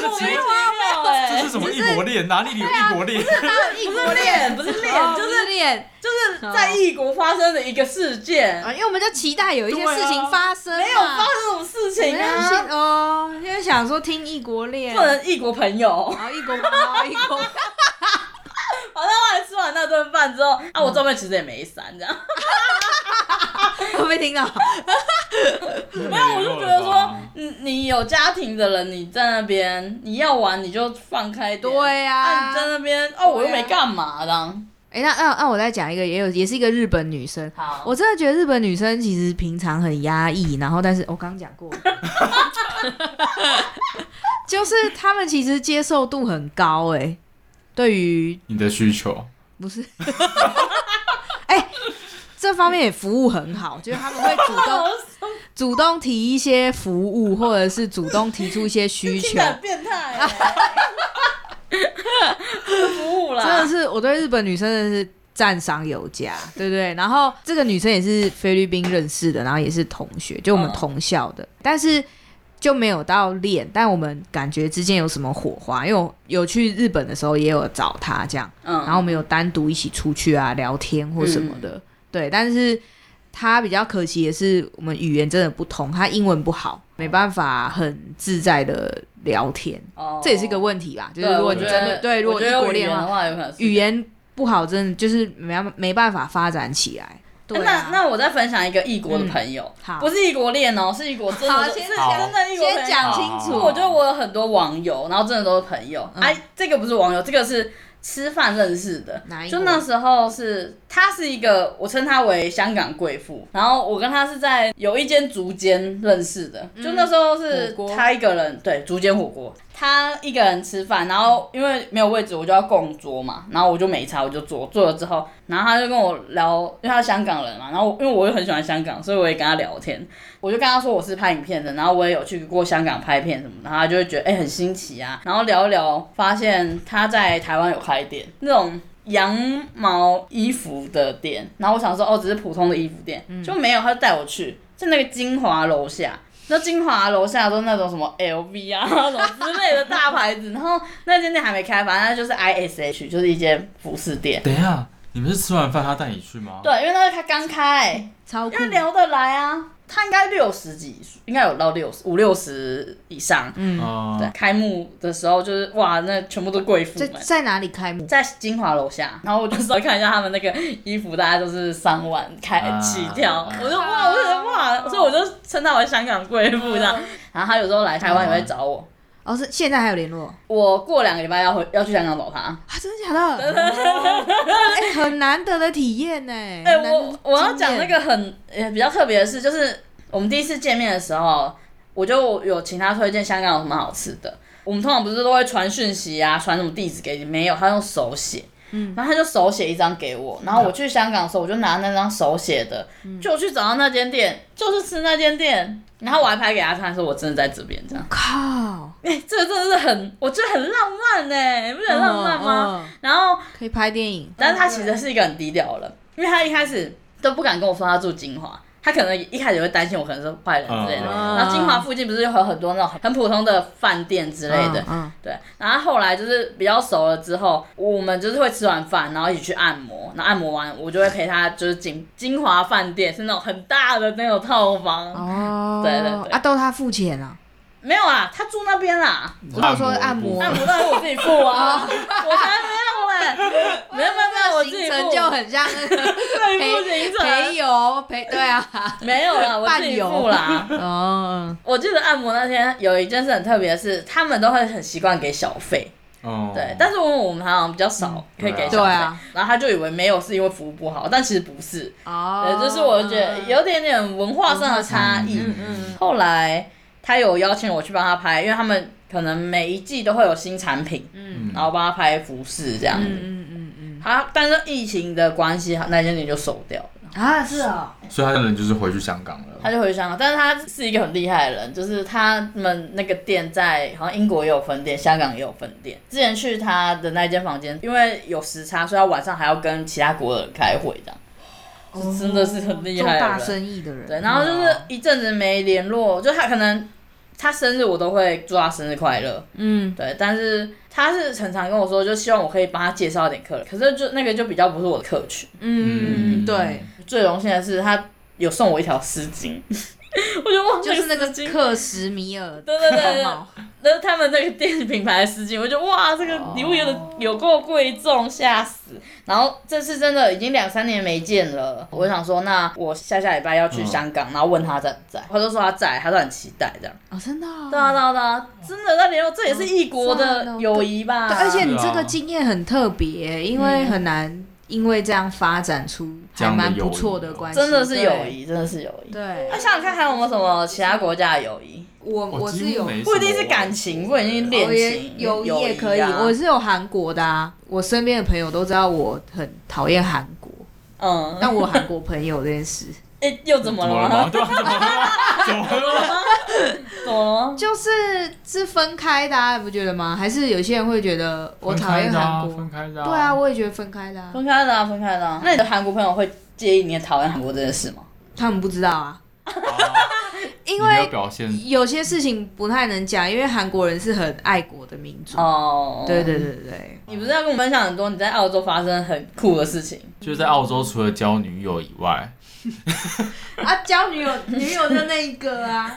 Speaker 1: 那请问
Speaker 3: 没有哎、
Speaker 1: 这是什么异国恋？哪里有异国恋？
Speaker 2: 啊异
Speaker 3: 不
Speaker 2: 国
Speaker 3: 是
Speaker 2: 恋
Speaker 3: 恋，不是
Speaker 2: 哦
Speaker 3: 恋，
Speaker 2: 不
Speaker 3: 就是是
Speaker 2: 恋
Speaker 3: 就是在异国发生的一个事件，
Speaker 2: 啊，因为我们就期待有一些
Speaker 1: 对啊
Speaker 2: 事情发生嘛，
Speaker 3: 没有发生这种事情啊，
Speaker 2: 没有哦，因为想说听异国恋，
Speaker 3: 不能异国朋友。 [laughs]
Speaker 2: 然后异国，然后异国， [laughs]
Speaker 3: 好像后来吃完那顿饭之后，啊，
Speaker 2: 嗯
Speaker 3: 我照片其实也没删，这样。
Speaker 2: 会不会听
Speaker 3: [laughs]
Speaker 2: 到？
Speaker 1: 没 [laughs]
Speaker 3: 没有，我
Speaker 2: 啊
Speaker 3: 就觉得说，你你有家庭的人，你在那边你要玩你就放开一点，
Speaker 2: 对呀、
Speaker 3: 啊，你在那边哦，我又
Speaker 2: 对啊
Speaker 3: 没干嘛这样。
Speaker 2: 哎、那那那我再讲一个，也有也是一个日本女生。
Speaker 3: 好，
Speaker 2: 我真的觉得日本女生其实平常很压抑，然后但是我刚刚讲过， [laughs] 就是她们其实接受度很高哎、对于
Speaker 1: 你的需求，
Speaker 2: 不是，哎、这方面也服务很好，就是他们会主动主动提一些服务，或者是主动提出一些需
Speaker 3: 听
Speaker 2: 求
Speaker 3: 起。来很变态 [laughs] 欸。服务
Speaker 2: 真的
Speaker 3: 啦，
Speaker 2: 是我对日本女生真的是赞赏有加，
Speaker 3: [laughs]
Speaker 2: 对不对？然后这个女生也是菲律宾认识的，然后也是同学，就我们
Speaker 3: 嗯
Speaker 2: 同校的，但是就没有到恋，但我们感觉之间有什么火花，因为我有去日本的时候也有找她这样，
Speaker 3: 嗯，
Speaker 2: 然后我们有单独一起出去啊聊天或什么的，对，但是。她比较可惜的是，我们语言真的不同，她英文不好，没办法很自在的聊天，
Speaker 3: 哦
Speaker 2: 这也是一个问题吧。就是
Speaker 3: 对
Speaker 2: 如果
Speaker 3: 我
Speaker 2: 你
Speaker 3: 觉
Speaker 2: 真
Speaker 3: 得
Speaker 2: 的对，如果
Speaker 3: 我
Speaker 2: 异
Speaker 3: 觉得
Speaker 2: 国
Speaker 3: 有语
Speaker 2: 恋
Speaker 3: 言
Speaker 2: 的话
Speaker 3: 的，话，有可能是
Speaker 2: 语言不好，真的就是没办没办法发展起来。对啊、嗯
Speaker 3: 那那我再分享一个异国的朋友，
Speaker 2: 好
Speaker 3: 不是异国恋哦，是异国真
Speaker 2: 好
Speaker 3: 的是
Speaker 2: 先
Speaker 3: 是
Speaker 1: 好
Speaker 3: 真的异国朋友。
Speaker 2: 先讲清
Speaker 1: 好
Speaker 2: 楚
Speaker 3: 我觉得我有很多网友，然后真的都是朋友。
Speaker 2: 嗯
Speaker 3: 哎、这个不是网友，这个是吃饭认识的
Speaker 2: 哪一。国
Speaker 3: 就那时候是她是一个，我称她为香港贵妇。然后我跟她是在有一间竹间认识的。就那时候是
Speaker 2: 火锅
Speaker 3: 她一个人，对竹间火锅，她一个人吃饭，然后因为没有位置，我就要共桌嘛，然后我就没差，我就坐坐了之后，然后她就跟我聊，因为她是香港人嘛，然后我因为我又很喜欢香港，所以我也跟她聊天。我就跟他说我是拍影片的，然后我也有去过香港拍片什么的，然后他就会觉得哎、很新奇啊，然后聊一聊，发现他在台湾有开店那种。羊毛衣服的店，然后我想说哦，只是普通的衣服店，
Speaker 2: 嗯
Speaker 3: 就没有，他就带我去，在那个金华楼下，那金华楼下都是那种什么 LV 啊 [laughs] 什么之类的大牌子，然后那间店还没开，反正就是 ISH，就是一间服饰店，
Speaker 1: 等一下，你们是吃完饭他带你去吗？
Speaker 3: 对，因为那个他刚开，
Speaker 2: 超酷
Speaker 3: 因为，聊得来啊，他应该六十几岁，应该有到六十五六十以上。
Speaker 2: 嗯，
Speaker 1: 啊，
Speaker 3: 对，开幕的时候就是哇，那全部都贵妇
Speaker 2: 在
Speaker 3: 们。
Speaker 2: 在哪里开幕？
Speaker 3: 在金华楼下，然后我就稍微看一下他们那个衣服，大概都是三万开
Speaker 1: 啊
Speaker 3: 起跳，
Speaker 1: 啊
Speaker 3: 我就哇，我就觉得哇，所以我就称她为香港贵妇这
Speaker 1: 啊
Speaker 3: 样。然后她有时候来台湾也会找我，
Speaker 2: 哦，是现在还有联络
Speaker 3: 我过两个礼拜要回要去香港找她。
Speaker 2: 啊？真的假的？
Speaker 3: [laughs]
Speaker 2: 哦哎、很难得的体验呢、
Speaker 3: 哎、
Speaker 2: 很难得
Speaker 3: 我
Speaker 2: 的
Speaker 3: 我要
Speaker 2: 经
Speaker 3: 讲那
Speaker 2: 验
Speaker 3: 个很呃比较特别的事，就是我们第一次见面的时候，我就有请他推荐香港有什么好吃的。我们通常不是都会传讯息啊，传什么地址给你？没有，他用手写。
Speaker 2: 嗯
Speaker 3: 然后他就手写一张给我，然后我去香港的时候，我就拿那张手写的，
Speaker 2: 嗯
Speaker 3: 就去找到那间店，就去吃那间店，然后我还拍给他看，说我真的在这边这样。
Speaker 2: 靠，
Speaker 3: 哎、这个真的是很，我觉得很浪漫呢、你不觉得很浪漫吗？
Speaker 2: 嗯？嗯
Speaker 3: 然后
Speaker 2: 可以拍电影，
Speaker 3: 但是他其实是一个很低调的人，因为他一开始都不敢跟我说他住金华，他可能一开始也会担心我可能是坏人之类
Speaker 2: 哦
Speaker 3: 的。
Speaker 1: 嗯
Speaker 3: 然后金华附近不是有很多那种很普通的饭店之
Speaker 2: 之
Speaker 3: 类的，
Speaker 2: 嗯，
Speaker 3: 对。然后后来就是比较熟了之后，我们就是会吃完饭，然后一起去按摩，然后按摩完我就会陪他就是金金华饭店是那种很大的那种套房，
Speaker 2: 嗯哦，
Speaker 3: 对对对
Speaker 2: 啊，都他付钱啊，
Speaker 3: 没有啦，他住那边啊啦。
Speaker 2: 我想说按摩
Speaker 3: 按摩当然我自己付啊， [laughs] 我才没有嘞，没有没有没有，我自己
Speaker 2: 行
Speaker 3: 付
Speaker 2: 程，就很像那
Speaker 3: [laughs]
Speaker 2: 个
Speaker 3: 对付行
Speaker 2: [laughs]
Speaker 3: 程，
Speaker 2: 陪游陪，对
Speaker 3: [laughs]
Speaker 2: 啊，。
Speaker 3: 没有啦，我自己付啦
Speaker 2: [laughs] 哦，
Speaker 3: 我记得按摩那天有一件事很特别的是，他们都会很习惯给小费，
Speaker 1: 哦，
Speaker 3: 对，但是我们我们好像比较少可以给小费，
Speaker 2: 对啊
Speaker 3: 然后他就以为没有是因为服务不好，但其实不是，
Speaker 2: 哦
Speaker 3: 对，，就是我觉得有点点文化上的差异。
Speaker 1: 嗯
Speaker 2: 嗯
Speaker 3: 后来他有邀请我去帮他拍，因为他们可能每一季都会有新产品，
Speaker 2: 嗯
Speaker 3: 然后帮他拍服饰这
Speaker 2: 嗯
Speaker 3: 样子。
Speaker 2: 嗯嗯嗯嗯，
Speaker 3: 他但是疫情的关系，那件店就收掉了。啊，是啊、
Speaker 1: 所以他人就是回去香港了。
Speaker 3: 他就回香港，但是他是一个很厉害的人，就是他们那个店在好像英国也有分店，香港也有分店。之前去他的那间房间，因为有时差，所以他晚上还要跟其他国人开会这样。
Speaker 2: 哦
Speaker 3: 真的是很厉害的人
Speaker 2: 做大生意的人。
Speaker 3: 对，然后
Speaker 2: 哦
Speaker 3: 就是一阵子没联络，就他可能他生日我都会祝他生日快乐，
Speaker 2: 嗯，
Speaker 3: 对，但是他是很常跟我说，就希望我可以帮他介绍一点客人，可是就那个就比较不是我的客群。
Speaker 2: 嗯嗯，对，
Speaker 3: 最荣幸的是他有送我一条丝巾， [laughs] 我就忘记
Speaker 2: 就是那个
Speaker 3: 丝巾
Speaker 2: 克什米尔
Speaker 3: 对对对
Speaker 2: 羊
Speaker 3: 对
Speaker 2: 毛
Speaker 3: 那是他们那个店品牌的丝巾，我就哇，这个
Speaker 2: 哦
Speaker 3: 礼物有的有够贵重，吓死！然后这次真的已经两三年没见了，我想说，那我下下礼拜要去香港，然后问他在不在，他就说他在，他说很期待这样。
Speaker 2: 哦，真的哦。
Speaker 3: 对啊对啊对啊，真的在联络，这也是异国的友谊吧？
Speaker 2: 对，而且你
Speaker 1: 是啊
Speaker 2: 这个经验很特别，因
Speaker 3: 嗯
Speaker 2: 为很难因为这样发展出还蛮不错的关系，
Speaker 3: 真的是友
Speaker 2: 对。
Speaker 3: 谊，真的是友谊。
Speaker 2: 对
Speaker 3: 那，想想看，还有没有什么其他国家的友谊？
Speaker 2: 我
Speaker 1: 哦
Speaker 2: 我是有，我
Speaker 3: 不一定是感情，不一定是恋
Speaker 2: 也
Speaker 3: 情，
Speaker 2: 友谊
Speaker 3: 谊
Speaker 2: 也可以，
Speaker 3: 啊
Speaker 2: 我是有韩国的啊。我身边的朋友都知道我很讨厌韩国，
Speaker 3: 嗯，
Speaker 2: 但我有韩国朋友这件事，
Speaker 3: 哎，又怎
Speaker 1: 怎
Speaker 3: 么
Speaker 1: 么
Speaker 3: 了
Speaker 1: 了
Speaker 3: 吗
Speaker 1: 吗？？对啊，怎么了吗？怎么了吗？
Speaker 3: 怎么了吗？
Speaker 2: 就是是分开的、啊，你不觉得吗？还是有些人会觉得我
Speaker 1: 分
Speaker 2: 讨
Speaker 1: 开
Speaker 2: 厌
Speaker 1: 的啊
Speaker 2: 韩国，
Speaker 1: 分开的。
Speaker 2: 对啊，，我也觉得分开
Speaker 1: [laughs]
Speaker 2: 的、啊，
Speaker 3: 分开的、啊，分开的、啊。那你的韩国朋友会介意你讨厌韩国这件事吗？
Speaker 2: 他们不知道啊，
Speaker 1: 啊
Speaker 2: [laughs] 因
Speaker 1: 你没有
Speaker 2: 为
Speaker 1: 表现
Speaker 2: 有些事情不太能讲，因为韩国人是很爱国的民族。
Speaker 3: 哦，
Speaker 2: 对对。对对
Speaker 3: 你不是要跟我分享很多你在澳洲发生很酷的事情？ [laughs]
Speaker 1: 就是在澳洲，除了交女友以外，
Speaker 2: 对，啊，交女友
Speaker 3: [laughs]
Speaker 2: 女友的那一个啊，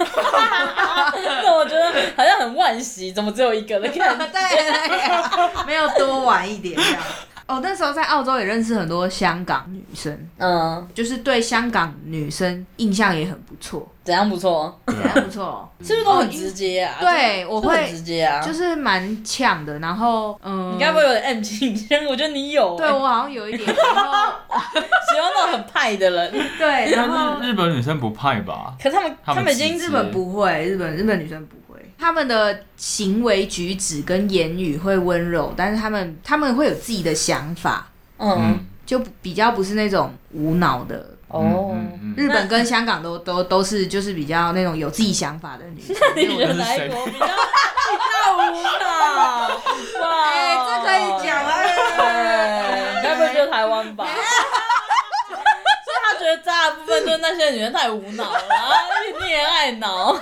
Speaker 3: 那我觉得好像很惋惜，怎么只有一个
Speaker 2: [laughs]
Speaker 3: 的感觉？
Speaker 2: 对， [laughs] 没有多玩一点这样。哦，那时候在澳洲也认识很多香港女生，
Speaker 3: 嗯，
Speaker 2: 就是对香港女生印象也很不错，
Speaker 3: 怎样不错？
Speaker 1: 对
Speaker 2: 还
Speaker 1: 啊
Speaker 2: 不错，
Speaker 3: 是不是都很直接啊？
Speaker 2: 哦对
Speaker 3: 就
Speaker 2: 我
Speaker 3: 就
Speaker 2: 会
Speaker 3: 很直接啊。
Speaker 2: 就是蛮呛的。然后，嗯，
Speaker 3: 你该不会有点 M 倾向？我觉得你有、欸，
Speaker 2: 对我好像有一点，然后
Speaker 3: 喜欢那种很派的人。
Speaker 2: [laughs] 对，然后
Speaker 1: 啊但是日本女生不派吧？
Speaker 3: 可他们
Speaker 1: 他们
Speaker 3: 们已经
Speaker 1: 直
Speaker 2: 日本不会，日本日本女生不会，她们的行为举止跟言语会温柔，但是她们她们会有自己的想法，
Speaker 3: 嗯
Speaker 1: 嗯，
Speaker 2: 就不比较不是那种无脑的。
Speaker 3: 哦，
Speaker 1: 嗯嗯
Speaker 2: 日本跟香港都都都是就是比较那种有自己想法的女生。
Speaker 3: 你觉得哪一国比较比较无脑？ [laughs] 哇，
Speaker 2: 哎这可以讲啊
Speaker 3: 哎 [laughs] 该不会就是台湾 [laughs] 吧？所以他觉得渣的部分就是那些女人太无脑了，而且你也爱脑。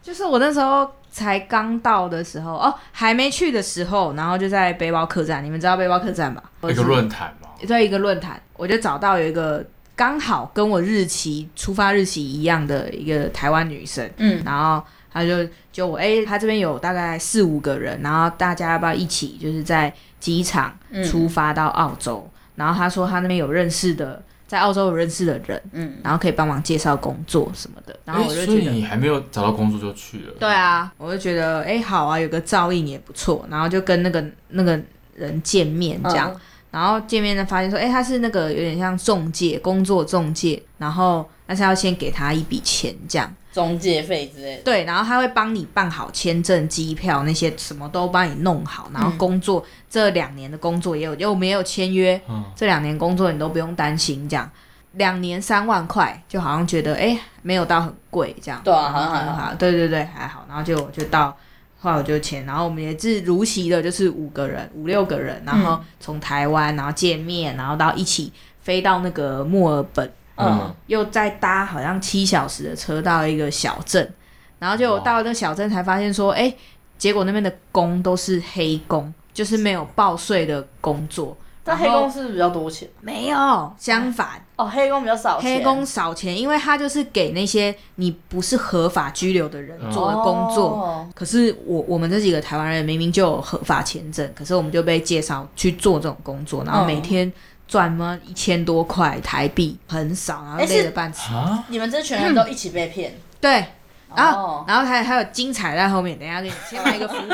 Speaker 2: 就是我那时候才刚到的时候，哦，还没去的时候，然后就在背包客栈，你们知道背包客栈吧？
Speaker 1: 一个论坛嘛，
Speaker 2: 在一个论坛，我就找到有一个刚好跟我日期出发日期一样的一个台湾女生，
Speaker 3: 嗯
Speaker 2: 然后她就就我哎、诶她这边有大概四五个人，然后大家要不要一起就是在机场
Speaker 3: 嗯
Speaker 2: 出发到澳洲？然后她说她那边有认识的，在澳洲有认识的人，
Speaker 3: 嗯，
Speaker 2: 然后可以帮忙介绍工作什么的，然后我就
Speaker 1: 诶
Speaker 2: 觉
Speaker 1: 所
Speaker 2: 得。
Speaker 1: 以你还没有找到工作就去了。
Speaker 2: 对，啊，我就觉得哎、诶好啊，有个照应也不错，然后就跟那个那个人见
Speaker 3: 嗯
Speaker 2: 面这样，然后见面呢发现说，哎、他是那个有点像中介，工作中介，然后但是要先给他一笔钱这样，
Speaker 3: 中介费之类的。
Speaker 2: 对，然后他会帮你办好签证、机票那些什么都帮你弄好，然后工作、这两年的工作也有，又没有签约，
Speaker 1: 嗯，
Speaker 2: 这两年工作你都不用担心这样。两年三万块，就好像觉得哎、诶没有到很贵这样。
Speaker 3: 对啊好像还好
Speaker 2: 然后对对对，还好。然后就我就到，后来我就签，然后我们也是如期的，就是五个人、五六个人，然
Speaker 3: 嗯
Speaker 2: 后从台湾，然后见面，然后到一起飞到那个墨尔本，
Speaker 3: 嗯
Speaker 1: 嗯，
Speaker 2: 又再搭好像七小时的车到一个小镇，然后就我
Speaker 1: 哇
Speaker 2: 到那个小镇才发现说，哎、结果那边的工都是黑工，就是没有报税的工作。
Speaker 3: 但黑工是不是比较多钱
Speaker 2: 没有，相反，
Speaker 3: 哦，黑工比较少钱。
Speaker 2: 黑工少钱，因为他就是给那些你不是合法居留的人
Speaker 1: 嗯
Speaker 2: 做的工作。
Speaker 3: 哦
Speaker 2: 可是我我们这几个台湾人明明就有合法签证，可是我们就被介绍去做这种工作，然后
Speaker 3: 嗯
Speaker 2: 每天赚嘛一千多块台币，很少，然后
Speaker 3: 诶是
Speaker 2: 累得半死。
Speaker 1: 啊，
Speaker 3: 你们这群人都一起被骗。
Speaker 2: 对，然后、
Speaker 3: 哦，
Speaker 2: 然后还还有精彩在后面，等一下给你先埋一个伏笔。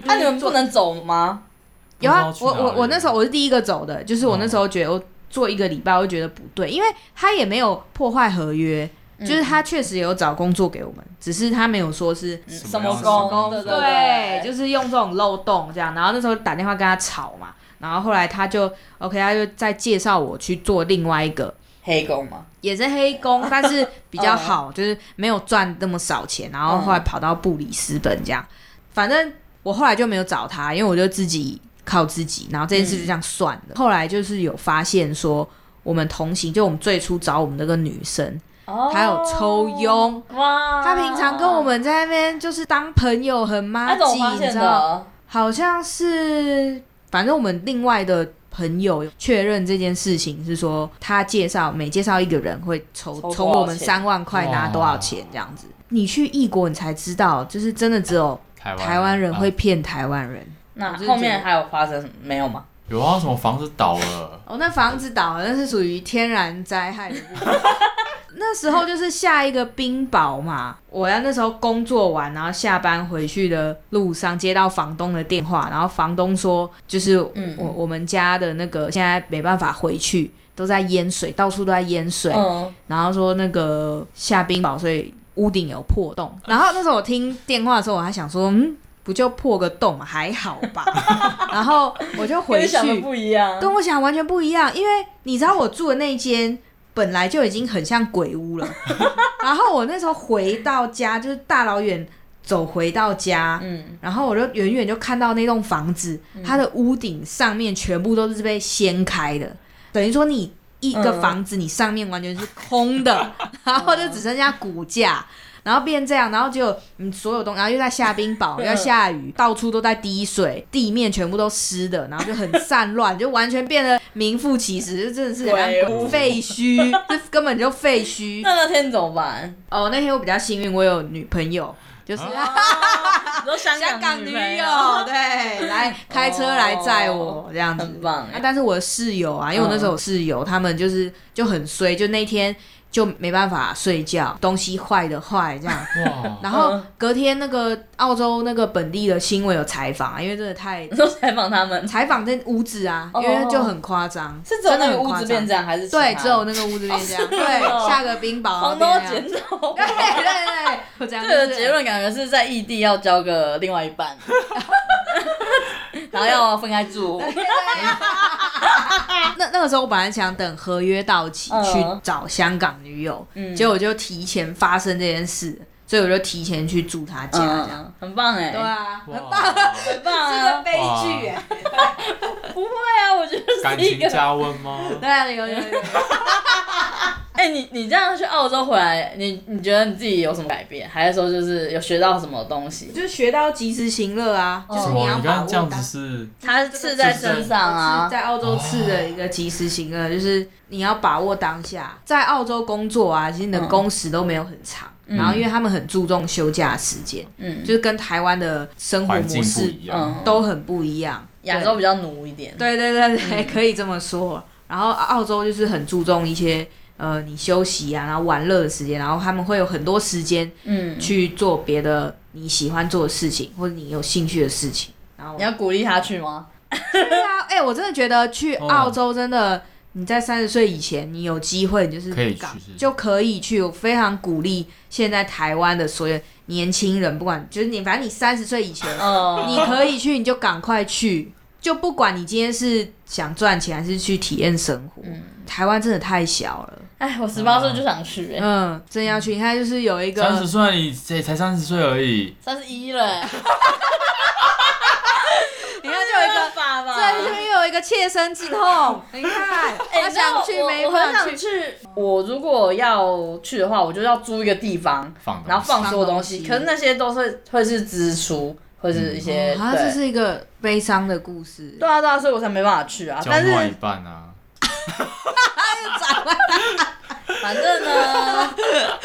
Speaker 3: [laughs] 那啊你们不能走吗？
Speaker 2: 有啊
Speaker 1: 不，知
Speaker 2: 我
Speaker 1: 道去哪
Speaker 2: 我我
Speaker 1: 里
Speaker 2: 那时候我是第一个走的，就是我那时候觉得我做一个礼拜，我就觉得不对，因为他也没有破坏合约，
Speaker 3: 嗯
Speaker 2: 就是他确实有找工作给我们，只是他没有说是。
Speaker 3: 什
Speaker 1: 什
Speaker 3: 么
Speaker 1: 么
Speaker 3: 工？
Speaker 1: 工
Speaker 3: 嗯对
Speaker 1: 对
Speaker 3: 对，
Speaker 2: 就是用这种漏洞这样，然后那时候打电话跟他吵嘛，然后后来他就 OK，他就再介绍我去做另外一个。
Speaker 3: 黑工嘛，
Speaker 2: 也是黑工，但是比
Speaker 3: [laughs]
Speaker 2: 较
Speaker 3: 嗯
Speaker 2: 好，就是没有赚那么少钱，然后后来跑到布里斯本这样。反正我后来就没有找他，因为我就自己靠自己，然后这件事就这样算
Speaker 3: 嗯
Speaker 2: 了。后来就是有发现说，我们同行就我们最初找我们那个女生，
Speaker 3: 哦
Speaker 2: 还有抽佣，
Speaker 3: 哇，
Speaker 2: 她平常跟我们在那边就是当朋友，很妈
Speaker 3: 他
Speaker 2: 鸡
Speaker 3: 怎么，发
Speaker 2: 你
Speaker 3: 现
Speaker 2: 知道？
Speaker 3: 的？
Speaker 2: 好像是，反正我们另外的。朋友确认这件事情是说，他介绍每介绍一个人会抽
Speaker 3: 抽多少
Speaker 2: 从我们
Speaker 3: 钱
Speaker 2: 三万块拿多少
Speaker 1: 哇
Speaker 2: 钱这样子。你去异国你才知道，就是真的只有
Speaker 1: 台湾
Speaker 2: 台湾人会
Speaker 1: 啊
Speaker 2: 骗台湾人。
Speaker 3: 那
Speaker 2: 我就是
Speaker 3: 后面还有发生什么没有吗？
Speaker 1: 有啊，什么房子倒了，
Speaker 2: 哦，那房子倒了，那是属于天然灾害的部分。 [laughs] 那时候就是下一个冰雹嘛，我要那时候工作完，然后下班回去的路上接到房东的电话，然后房东说，就是我、
Speaker 3: 嗯
Speaker 2: 我们家的那个现在没办法回去，都在淹水，到处都在淹水，
Speaker 3: 嗯，
Speaker 2: 然后说那个下冰雹，所以屋顶有破洞。然后那时候我听电话的时候，我还想说，嗯，不就破个洞，还好吧。 [laughs] 然后我就回
Speaker 3: 跟
Speaker 2: 去，啊
Speaker 3: 你想的不一样。
Speaker 2: 跟我想的完全不一样，因为你知道我住的那间本来就已经很像鬼屋了，然后我那时候回到家就是大老远走回到家，
Speaker 3: 嗯，
Speaker 2: 然后我就远远就看到那栋房子，它的屋顶上面全部都是被掀开的，等于说你一个
Speaker 3: 嗯
Speaker 2: 房子你上面完全是空
Speaker 3: [laughs]
Speaker 2: 的，然后就只剩下骨架。然后变这样，然后就你所有东西，然后又在下冰雹，
Speaker 3: 嗯
Speaker 2: 要下雨，到处都在滴水，地面全部都湿的，然后就很散乱，就完全变得名副其实，就真的是
Speaker 3: 鬼
Speaker 2: 很
Speaker 3: 屋
Speaker 2: 废墟，这根本就废墟。
Speaker 3: 那那天你怎么办？
Speaker 2: 哦，那天我比较幸运，我有女朋友，就是、
Speaker 3: 你说香
Speaker 2: 香港女
Speaker 3: 女哦
Speaker 2: 友， [laughs] 对，来开车来载我这样子，
Speaker 3: 很棒嗯
Speaker 2: 啊但是我的室友啊，因为我那时候有室友，他们就是就很衰，就那天就没办法睡觉，东西坏的坏这样。
Speaker 1: [laughs] 哇，
Speaker 2: 然后
Speaker 3: 嗯
Speaker 2: 隔天那个澳洲那个本地的新闻有采访啊，因为真的太
Speaker 3: 你说采访他们，
Speaker 2: 采访这屋子啊，因
Speaker 3: 嗯哦
Speaker 2: 为就很夸张，
Speaker 3: 是只有
Speaker 2: 真的
Speaker 3: 那个
Speaker 2: 很
Speaker 3: 屋
Speaker 2: 夸
Speaker 3: 子
Speaker 2: 张
Speaker 3: 变这样，还是哦其他
Speaker 2: 对，只有那个屋子变这样，对，下个冰雹
Speaker 3: 房
Speaker 2: 变
Speaker 3: 东
Speaker 2: 这样
Speaker 3: 捡走
Speaker 2: [laughs] 对？对对，我讲
Speaker 3: 这
Speaker 2: 就
Speaker 3: 个
Speaker 2: 是
Speaker 3: 结论感觉是在异地要交个另外一半，然后要分开 [laughs] 住。
Speaker 2: [laughs] 那那个时候我本来想等合约到期
Speaker 3: 嗯
Speaker 2: 去找香港女友，
Speaker 3: 嗯
Speaker 2: 结果我就提前发生这件事，所以我就提前去住她家，这样、
Speaker 3: 嗯，很棒哎，
Speaker 2: 对啊，
Speaker 1: 哇
Speaker 2: 很棒，
Speaker 3: 很棒
Speaker 2: 是个
Speaker 3: 啊，
Speaker 2: 悲剧耶，
Speaker 3: 不会啊，我觉得
Speaker 1: 感
Speaker 3: 是一
Speaker 1: 情
Speaker 3: 个。
Speaker 1: 加温吗？
Speaker 2: 对啊，有
Speaker 3: [laughs]
Speaker 2: 有有有，
Speaker 3: 哎、你你这样去澳洲回来，你你觉得你自己有什么改变？还是说就是有学到什么东西？
Speaker 2: 就学到及时行乐啊，就
Speaker 3: 哦
Speaker 2: 是
Speaker 1: 什
Speaker 2: 你
Speaker 1: 么？
Speaker 2: 要
Speaker 1: 你刚
Speaker 2: 把
Speaker 1: 刚
Speaker 2: 握
Speaker 1: 这样
Speaker 2: 当
Speaker 1: 子是
Speaker 3: 它刺在身上
Speaker 2: 我
Speaker 3: 啊
Speaker 2: 是，在澳洲吃的一个及时行乐，就是你要把握当下。在澳洲工作啊，其实你的工时都没有很长，然后因为他们很注重休假时间，
Speaker 3: 嗯
Speaker 2: 就是跟台湾的生活
Speaker 1: 环
Speaker 2: 模
Speaker 1: 境不
Speaker 2: 式
Speaker 1: 一样，
Speaker 2: 都很不一样。
Speaker 3: 亚洲比嗯较奴一点。
Speaker 2: 对对对对，可以这么说。然后啊澳洲就是很注重一些呃，你休息啊，然后玩乐的时间，然后他们会有很多时间
Speaker 3: 嗯，
Speaker 2: 去做别的你喜欢做的事情，或者你有兴趣的事情。然后
Speaker 3: [laughs] 你要鼓励他去吗？
Speaker 2: 对啊，哎、我真的觉得去澳洲真的，你在三十岁以前，你有机会你就是
Speaker 1: 可以去
Speaker 2: 港
Speaker 1: 是不是
Speaker 2: 就可以去。我非常鼓励现在台湾的所有年轻人，不管就是你，反正你三十岁以前，
Speaker 3: 哦、 [laughs]
Speaker 2: 你可以去，你就赶快去。就不管你今天是想赚钱还是去体验生活，
Speaker 3: 嗯
Speaker 2: 台湾真的太小了，
Speaker 3: 哎，我十八岁就想去、哎、
Speaker 2: 嗯，真要去。你看，就是有一
Speaker 1: 三十
Speaker 2: 个，
Speaker 1: 岁，你这才三十岁而已，
Speaker 3: 三十一了、 [laughs] 哎
Speaker 2: 你看就有一个，
Speaker 3: 法吧
Speaker 2: 这就又有一个切身之痛。你看，
Speaker 3: [laughs] 哎
Speaker 2: 他
Speaker 3: 你知道
Speaker 2: 想去
Speaker 3: 我
Speaker 2: 没
Speaker 3: 我很
Speaker 2: 办法
Speaker 3: 想
Speaker 2: 去，
Speaker 3: 去。我如果要去的话，我就要租一个地方，
Speaker 1: 放
Speaker 3: 然后放所有东
Speaker 2: 放
Speaker 3: 西。嗯
Speaker 2: 东西
Speaker 3: 可是那些都是会是支出，会哦是一些、
Speaker 2: 啊，
Speaker 3: 对
Speaker 2: 这是一个悲伤的故事。
Speaker 3: 对啊对啊，所以我才没办法去啊。
Speaker 1: 交
Speaker 3: 但是
Speaker 1: 换一半啊，
Speaker 3: 反正 [laughs] 呢，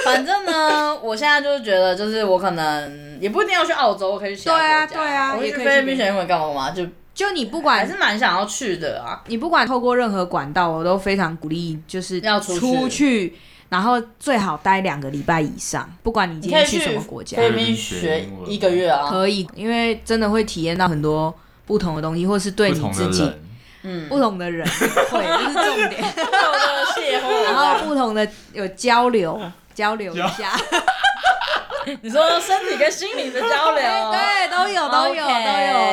Speaker 3: 反正呢，我现在就是觉得，就是我可能也不一定要去澳洲，我可以去其他
Speaker 2: 对啊
Speaker 3: 国家
Speaker 2: 对啊
Speaker 3: 我
Speaker 2: 也
Speaker 3: 去
Speaker 2: 可以
Speaker 3: 菲
Speaker 2: 去
Speaker 3: 律
Speaker 2: 别
Speaker 3: 宾、选英文干嘛嘛，就
Speaker 2: 就你不
Speaker 3: 还
Speaker 2: 管
Speaker 3: 是蛮想要去的啊。
Speaker 2: 你不管透过任何管道，我都非常鼓励，就是
Speaker 3: 要出
Speaker 2: 出
Speaker 3: 去
Speaker 2: 去，然后最好待两个礼拜以上，不管你今
Speaker 3: 你
Speaker 2: 天
Speaker 3: 可以
Speaker 2: 去
Speaker 3: 去
Speaker 2: 什么国家，
Speaker 3: 菲律宾学一个月啊，
Speaker 2: 可以，因为真的会体验到很多不同的东西，或是对
Speaker 1: 不
Speaker 2: 你
Speaker 1: 同
Speaker 2: 自
Speaker 1: 的
Speaker 2: 己
Speaker 1: 人，
Speaker 3: 嗯，
Speaker 2: 不同的人会，这是重
Speaker 1: [laughs]
Speaker 2: 点，
Speaker 3: 我的卸货
Speaker 1: [laughs]
Speaker 2: 然后不同的有交流，交流一
Speaker 1: 交
Speaker 2: 下。
Speaker 3: 你说身体跟心灵的交流，
Speaker 2: 对，都有，都有，
Speaker 3: OK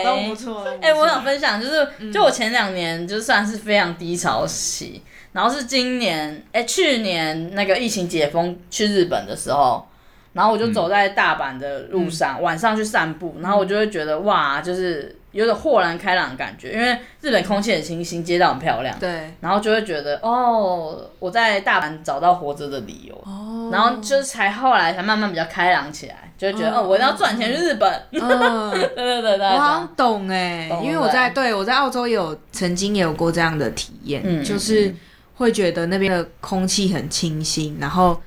Speaker 2: 都有，都不错。都不错
Speaker 3: 哎、我想分享，就是就我前两年就算是非常低潮期，然后是今年，哎、去年那个疫情解封去日本的时候，然后我就走在大阪的路上，晚上去散步，然后我就会觉得哇，就是有点豁然开朗的感觉，因为日本空气很清新，街道很漂亮，
Speaker 2: 对，
Speaker 3: 然后就会觉得哦，我在大阪找到活着的理由，
Speaker 2: 哦
Speaker 3: 然后就是才后来才慢慢比较开朗起来，就会觉得哦，我要赚钱去日本，
Speaker 2: 嗯，
Speaker 3: 对对对对
Speaker 2: 我
Speaker 3: 对，
Speaker 2: 好像懂哎、
Speaker 3: 懂
Speaker 2: 因为我在对我在澳洲也有曾经也有过这样的体验，
Speaker 3: 嗯
Speaker 2: 就是会觉得那边的空气很清新，然后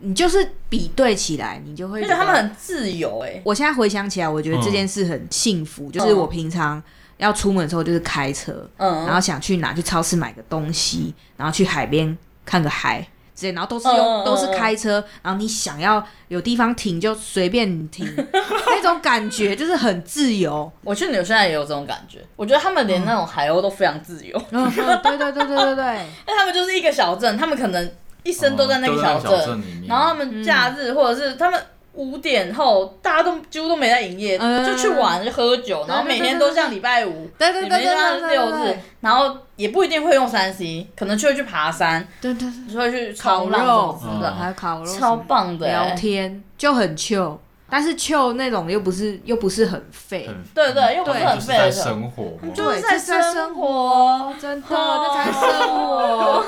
Speaker 2: 你就是比对起来，你就会
Speaker 3: 而
Speaker 2: 觉
Speaker 3: 且
Speaker 2: 得
Speaker 3: 他们很自由哎、
Speaker 2: 我现在回想起来，我觉得这件事很幸福，就是我平常要出门的时候就是开车，
Speaker 3: 嗯，
Speaker 2: 然后想去哪去超市买个东西，然后去海边看个海之类，然后都是
Speaker 3: 嗯
Speaker 2: 用、
Speaker 3: 嗯
Speaker 2: 都是
Speaker 3: 嗯
Speaker 2: 开车，然后你想要有地方停就随便停，那种感觉就是很自由。
Speaker 3: 我去纽西兰也有这种感觉，我觉得他们连那种海鸥都非常自由，
Speaker 2: 嗯，嗯对对对对对对，
Speaker 3: 因为他们就是一个小镇，他们可能一生都在那个
Speaker 1: 小
Speaker 3: 小镇，
Speaker 1: 里面，
Speaker 3: 然后他们假
Speaker 2: 嗯
Speaker 3: 日或者是他们。五点后，大家都几乎都没在营业，
Speaker 2: 嗯
Speaker 3: 就去玩就喝酒，然后每天都像礼拜五，
Speaker 2: 对对对对
Speaker 3: 每天都像
Speaker 2: 对
Speaker 3: 六
Speaker 2: 对
Speaker 3: 日，然后也不一定会用三 C，可能就会去爬山，
Speaker 2: 对对对，
Speaker 3: 就会去
Speaker 2: 烤
Speaker 3: 冲浪
Speaker 2: 肉
Speaker 3: 什么之类的
Speaker 1: 嗯
Speaker 2: 还有烤肉，
Speaker 3: 超棒的、
Speaker 2: 聊
Speaker 3: 欸。
Speaker 2: 天就很 chill，但是 chill 那种又不是又不是很废，
Speaker 1: 很
Speaker 3: 对对因为我
Speaker 1: 对
Speaker 3: 是很
Speaker 1: 就是
Speaker 3: 废的
Speaker 1: 在
Speaker 3: 时候
Speaker 1: 生活嘛，
Speaker 3: 就
Speaker 2: 对，
Speaker 3: 是在
Speaker 2: 这是在
Speaker 3: 生
Speaker 2: 生
Speaker 3: 活
Speaker 2: 活，真的， [laughs]
Speaker 3: 哦
Speaker 2: 这才是生活。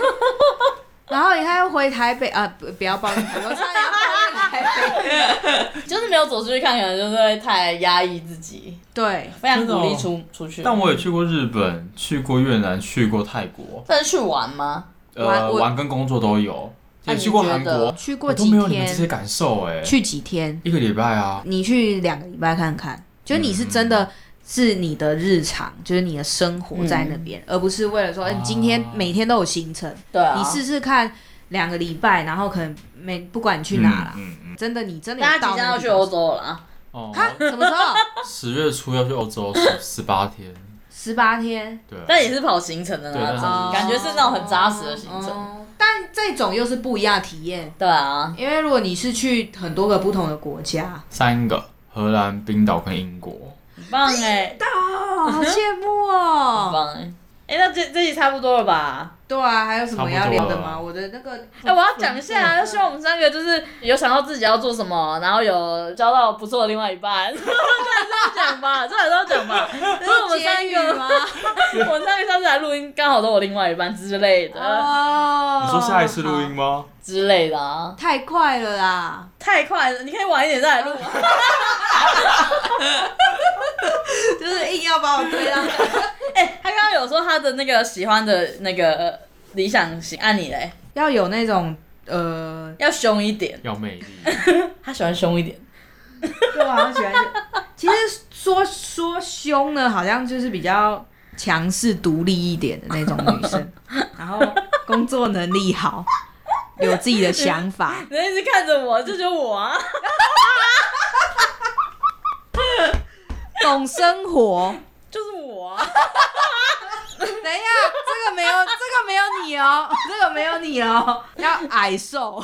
Speaker 2: 然后你还要回台北啊？不，不要抱怨台北，我差点抱怨台北。
Speaker 3: 就是没有走出去看，可能就是会太压抑自己，
Speaker 2: [laughs] 对，
Speaker 3: 非常
Speaker 1: 真的哦哦
Speaker 3: 鼓励出出去。
Speaker 1: 但我也去过日本，去过越南，去过泰国，
Speaker 3: 但是去玩吗？
Speaker 2: 玩
Speaker 1: 呃，
Speaker 2: 我啊
Speaker 1: 玩跟工作都有，
Speaker 3: 那
Speaker 1: 也
Speaker 3: 你
Speaker 1: 去过
Speaker 3: 觉
Speaker 1: 韩
Speaker 3: 得
Speaker 1: 国，
Speaker 2: 去
Speaker 1: 我
Speaker 2: 过
Speaker 1: 都
Speaker 2: 几
Speaker 1: 没有你们这些
Speaker 2: 天？
Speaker 1: 感受哎，
Speaker 2: 去几天？
Speaker 1: 一个礼拜啊，
Speaker 2: 你去两个礼拜看看，就是你是真的是你的日常，就是你的生活在那边，而不是为了说，哎，你今天
Speaker 1: 啊
Speaker 2: 每天都有行程，
Speaker 3: 对啊，
Speaker 2: 你试试看两个礼拜，然后可能每不管你去哪啦，
Speaker 1: 嗯嗯嗯
Speaker 2: 真的你真的有
Speaker 3: 大家
Speaker 2: 到
Speaker 3: 即将
Speaker 2: 那
Speaker 3: 要
Speaker 2: 个
Speaker 3: 去
Speaker 2: 地方
Speaker 3: 欧洲了啊！
Speaker 1: 哦，
Speaker 2: 哈，什么时候？
Speaker 1: 十月初要去欧洲十十八天，
Speaker 2: 十八天。
Speaker 1: 对啊，
Speaker 3: 但也是跑行程的
Speaker 1: 对
Speaker 3: 那
Speaker 1: 但是
Speaker 3: 种，感觉是那种很扎实的行程。
Speaker 2: 哦但这种又是不一样的体验，
Speaker 3: 对啊，
Speaker 2: 因为如果你是去很多个不同的国家，
Speaker 1: 三个荷兰、冰岛跟英国，
Speaker 3: 很棒哎，
Speaker 2: 哦， [laughs] 好羡慕
Speaker 3: 很
Speaker 2: 哦。
Speaker 3: 棒哎。哎，那这这集差不多了吧？
Speaker 2: 对啊，还有什么要聊的
Speaker 1: 差
Speaker 2: 吗？
Speaker 1: 不
Speaker 2: 我的那个，
Speaker 3: 哎，我要讲一下啊，希望我们三个就是有想到自己要做什么，然后有交到不错的另外一半， [laughs] 这还是要讲吧，这还是要讲 [laughs] 吧。因为我们
Speaker 2: 结
Speaker 3: 三
Speaker 2: 语
Speaker 3: 个，
Speaker 2: 吗？ [laughs]
Speaker 3: 我们三个上次来录音，刚好都有另外一半之类的
Speaker 2: 哦，
Speaker 1: 你说下一次录音吗？
Speaker 3: 之类的啊
Speaker 2: 好？。太快了啦！
Speaker 3: 太快了，你可以晚一点再来录
Speaker 2: [laughs]
Speaker 3: 啊。
Speaker 2: 就是硬要把我推到，
Speaker 3: [laughs] 哎、他刚刚有说他的那个喜欢的那个理想型，按、你嘞，
Speaker 2: [laughs] 要有那种呃，
Speaker 3: 要凶一点，
Speaker 1: 要
Speaker 2: [laughs]
Speaker 1: 魅力，
Speaker 3: 他喜欢凶一点。
Speaker 2: 对啊，我喜欢就。其实说说凶呢，好像就是比较强势、独立一点的那种女生，然后工作能力好，有自己的想法。
Speaker 3: 你一直看着我，这就是我啊。
Speaker 2: 懂生活。
Speaker 3: 就是我、 [laughs] 啊，
Speaker 2: 等一下，这个没有，这个没有你哦，这个没有你哦，要矮瘦。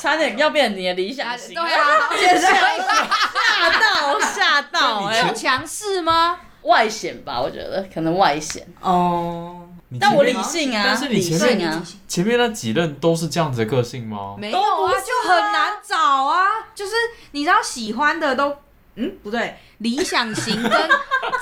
Speaker 3: 差点要变成你的理想型，
Speaker 2: 对啊，也是
Speaker 3: 吓到吓 [laughs] 到哎、
Speaker 2: 有强势吗？
Speaker 3: 外显吧，我觉得可能外显，
Speaker 2: 哦，
Speaker 1: 你
Speaker 3: 但
Speaker 1: 前
Speaker 3: 我理
Speaker 1: 面
Speaker 3: 性啊，
Speaker 1: 但是
Speaker 3: 理
Speaker 1: 你前面
Speaker 3: 性啊，
Speaker 1: 前面那几任都是这样子的个性吗？
Speaker 2: 没有
Speaker 3: 有啊
Speaker 2: 啊，就很难找啊。就是你知道喜欢的都，嗯，不对，理想型跟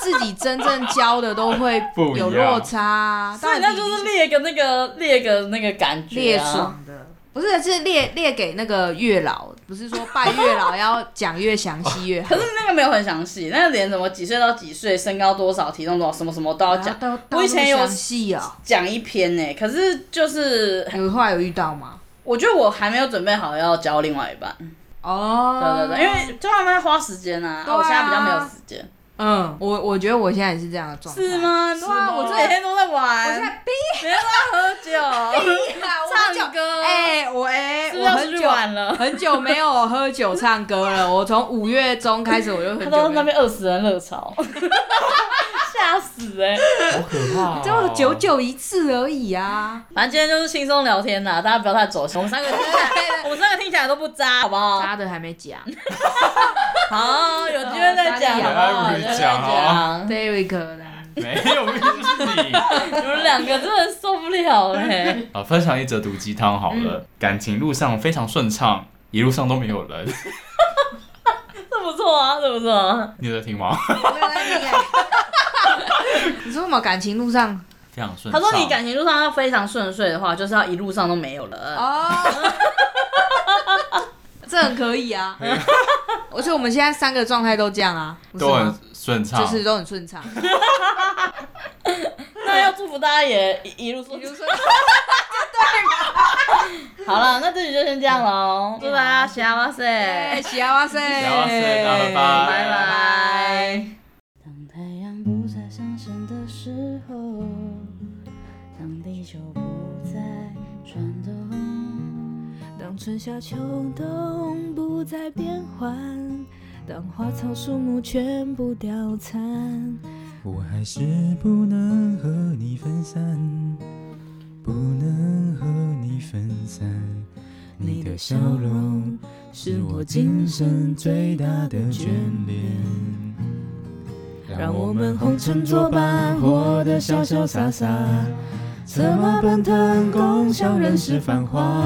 Speaker 2: 自己真正交的都会
Speaker 1: 不一样
Speaker 2: 有落差、啊，
Speaker 3: 所以那
Speaker 2: 到底
Speaker 3: 就是
Speaker 2: 理
Speaker 3: 列个那个列个那个感觉
Speaker 2: 列
Speaker 3: 啊。
Speaker 2: 爽的。不是，是列列给那个月老，不是说拜月老要讲越详细越好。
Speaker 3: 可是那个没有很详细，那个连什么几岁到几岁，身高多少，体重多少，什么什么都要讲。
Speaker 2: 啊都
Speaker 3: [laughs] 我以前有
Speaker 2: 详细啊，
Speaker 3: 讲一篇呢、可是就是
Speaker 2: 有后来有遇到吗？
Speaker 3: 我觉得我还没有准备好要交另外一半，对
Speaker 2: 哦
Speaker 3: 对对，因为就让他花时间啊，
Speaker 2: 对啊
Speaker 3: 我现在比较没有时间，
Speaker 2: 嗯，我我觉得我现在也是这样的状态，
Speaker 3: 是？吗？
Speaker 2: 是
Speaker 3: 对
Speaker 2: 吗
Speaker 3: 啊，我这每天都在
Speaker 2: 我
Speaker 3: 玩
Speaker 2: 现，
Speaker 3: [laughs]
Speaker 2: 在
Speaker 3: 每天都在喝酒，
Speaker 2: 逼啊，我很久
Speaker 3: 唱歌，
Speaker 2: 哎、我哎、
Speaker 3: 是不是
Speaker 2: 我
Speaker 3: 要出
Speaker 2: 很
Speaker 3: 去
Speaker 2: 久
Speaker 3: 玩了？
Speaker 2: [laughs] 很久没有喝酒唱歌了，我从五月中开始我就
Speaker 3: 他
Speaker 2: 很
Speaker 3: 都
Speaker 2: 久
Speaker 3: 在那 [laughs]
Speaker 2: 没有。
Speaker 3: 边二十人热潮，吓要死哎、
Speaker 1: 好可怕、哦！
Speaker 2: 就久久一次而已啊。
Speaker 3: 反正今天就是轻松聊天啦，大家不要太走心。我们三个听起 [laughs] 来，我们三个听起来都不渣，好不好？
Speaker 2: 渣的还没 [laughs] 讲
Speaker 3: 好，有机会再讲，好不好？有机会再讲。
Speaker 2: ，Derek 啦。
Speaker 1: 没有，就是你。
Speaker 3: 你们两个真的受不了哎、
Speaker 1: 好，呃分享一则毒鸡汤好了。感情路上非常顺畅，一路上都没有人。 [laughs]
Speaker 3: 这不错啊，这不错、啊。
Speaker 1: 你有在听吗？
Speaker 2: 没有在理欸你说什么感情路上
Speaker 1: 非常顺
Speaker 3: 他
Speaker 1: 畅。
Speaker 3: 说你感情路上要非常顺遂的话，就是要一路上都没有人。
Speaker 2: 哦， [laughs] 这很可以 [laughs] 啊。而且我们现在三个状态都这样啊，不是
Speaker 1: 都
Speaker 2: 吗
Speaker 1: 很顺畅，
Speaker 2: 就是都很顺 [laughs] 畅。
Speaker 3: 那要祝福大家也一一路顺。好了，那这集就先这样喽，祝大家幸
Speaker 2: 哎，
Speaker 3: せ。
Speaker 2: 喜啊哇塞，
Speaker 1: 幸せ大家拜拜
Speaker 3: 拜拜。
Speaker 4: 当太阳不再上升的时候，当地球不再转动，
Speaker 5: 当春夏秋冬不再变换，当花草树木全部凋残，
Speaker 6: 我还是不能和你分散，不能和你分散。你的笑容是我今生最大的眷恋。
Speaker 5: 让我们红尘作伴，活得潇潇洒洒，策马奔腾，共享人世繁华。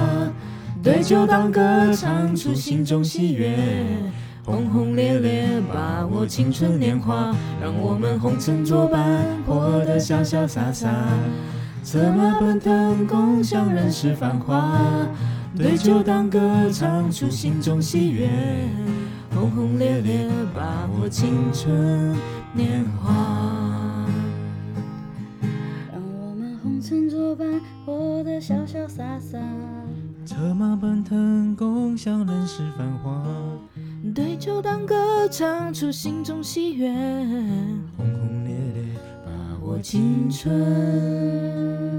Speaker 5: 对酒当歌，唱出心中喜悦，轰轰烈烈把握青春年华。让我们红尘作伴，活得潇潇洒洒，策马奔腾，共享人世繁华。对酒当歌，唱出心中喜悦，轰轰烈烈把握青春年华。
Speaker 4: 让我们红尘作伴，活得潇潇洒洒。
Speaker 6: 策马奔腾，共享人世繁华，
Speaker 5: 对酒当歌，唱出心中喜悦。
Speaker 6: 轰轰烈烈，把
Speaker 5: 我
Speaker 6: 握
Speaker 5: 青春。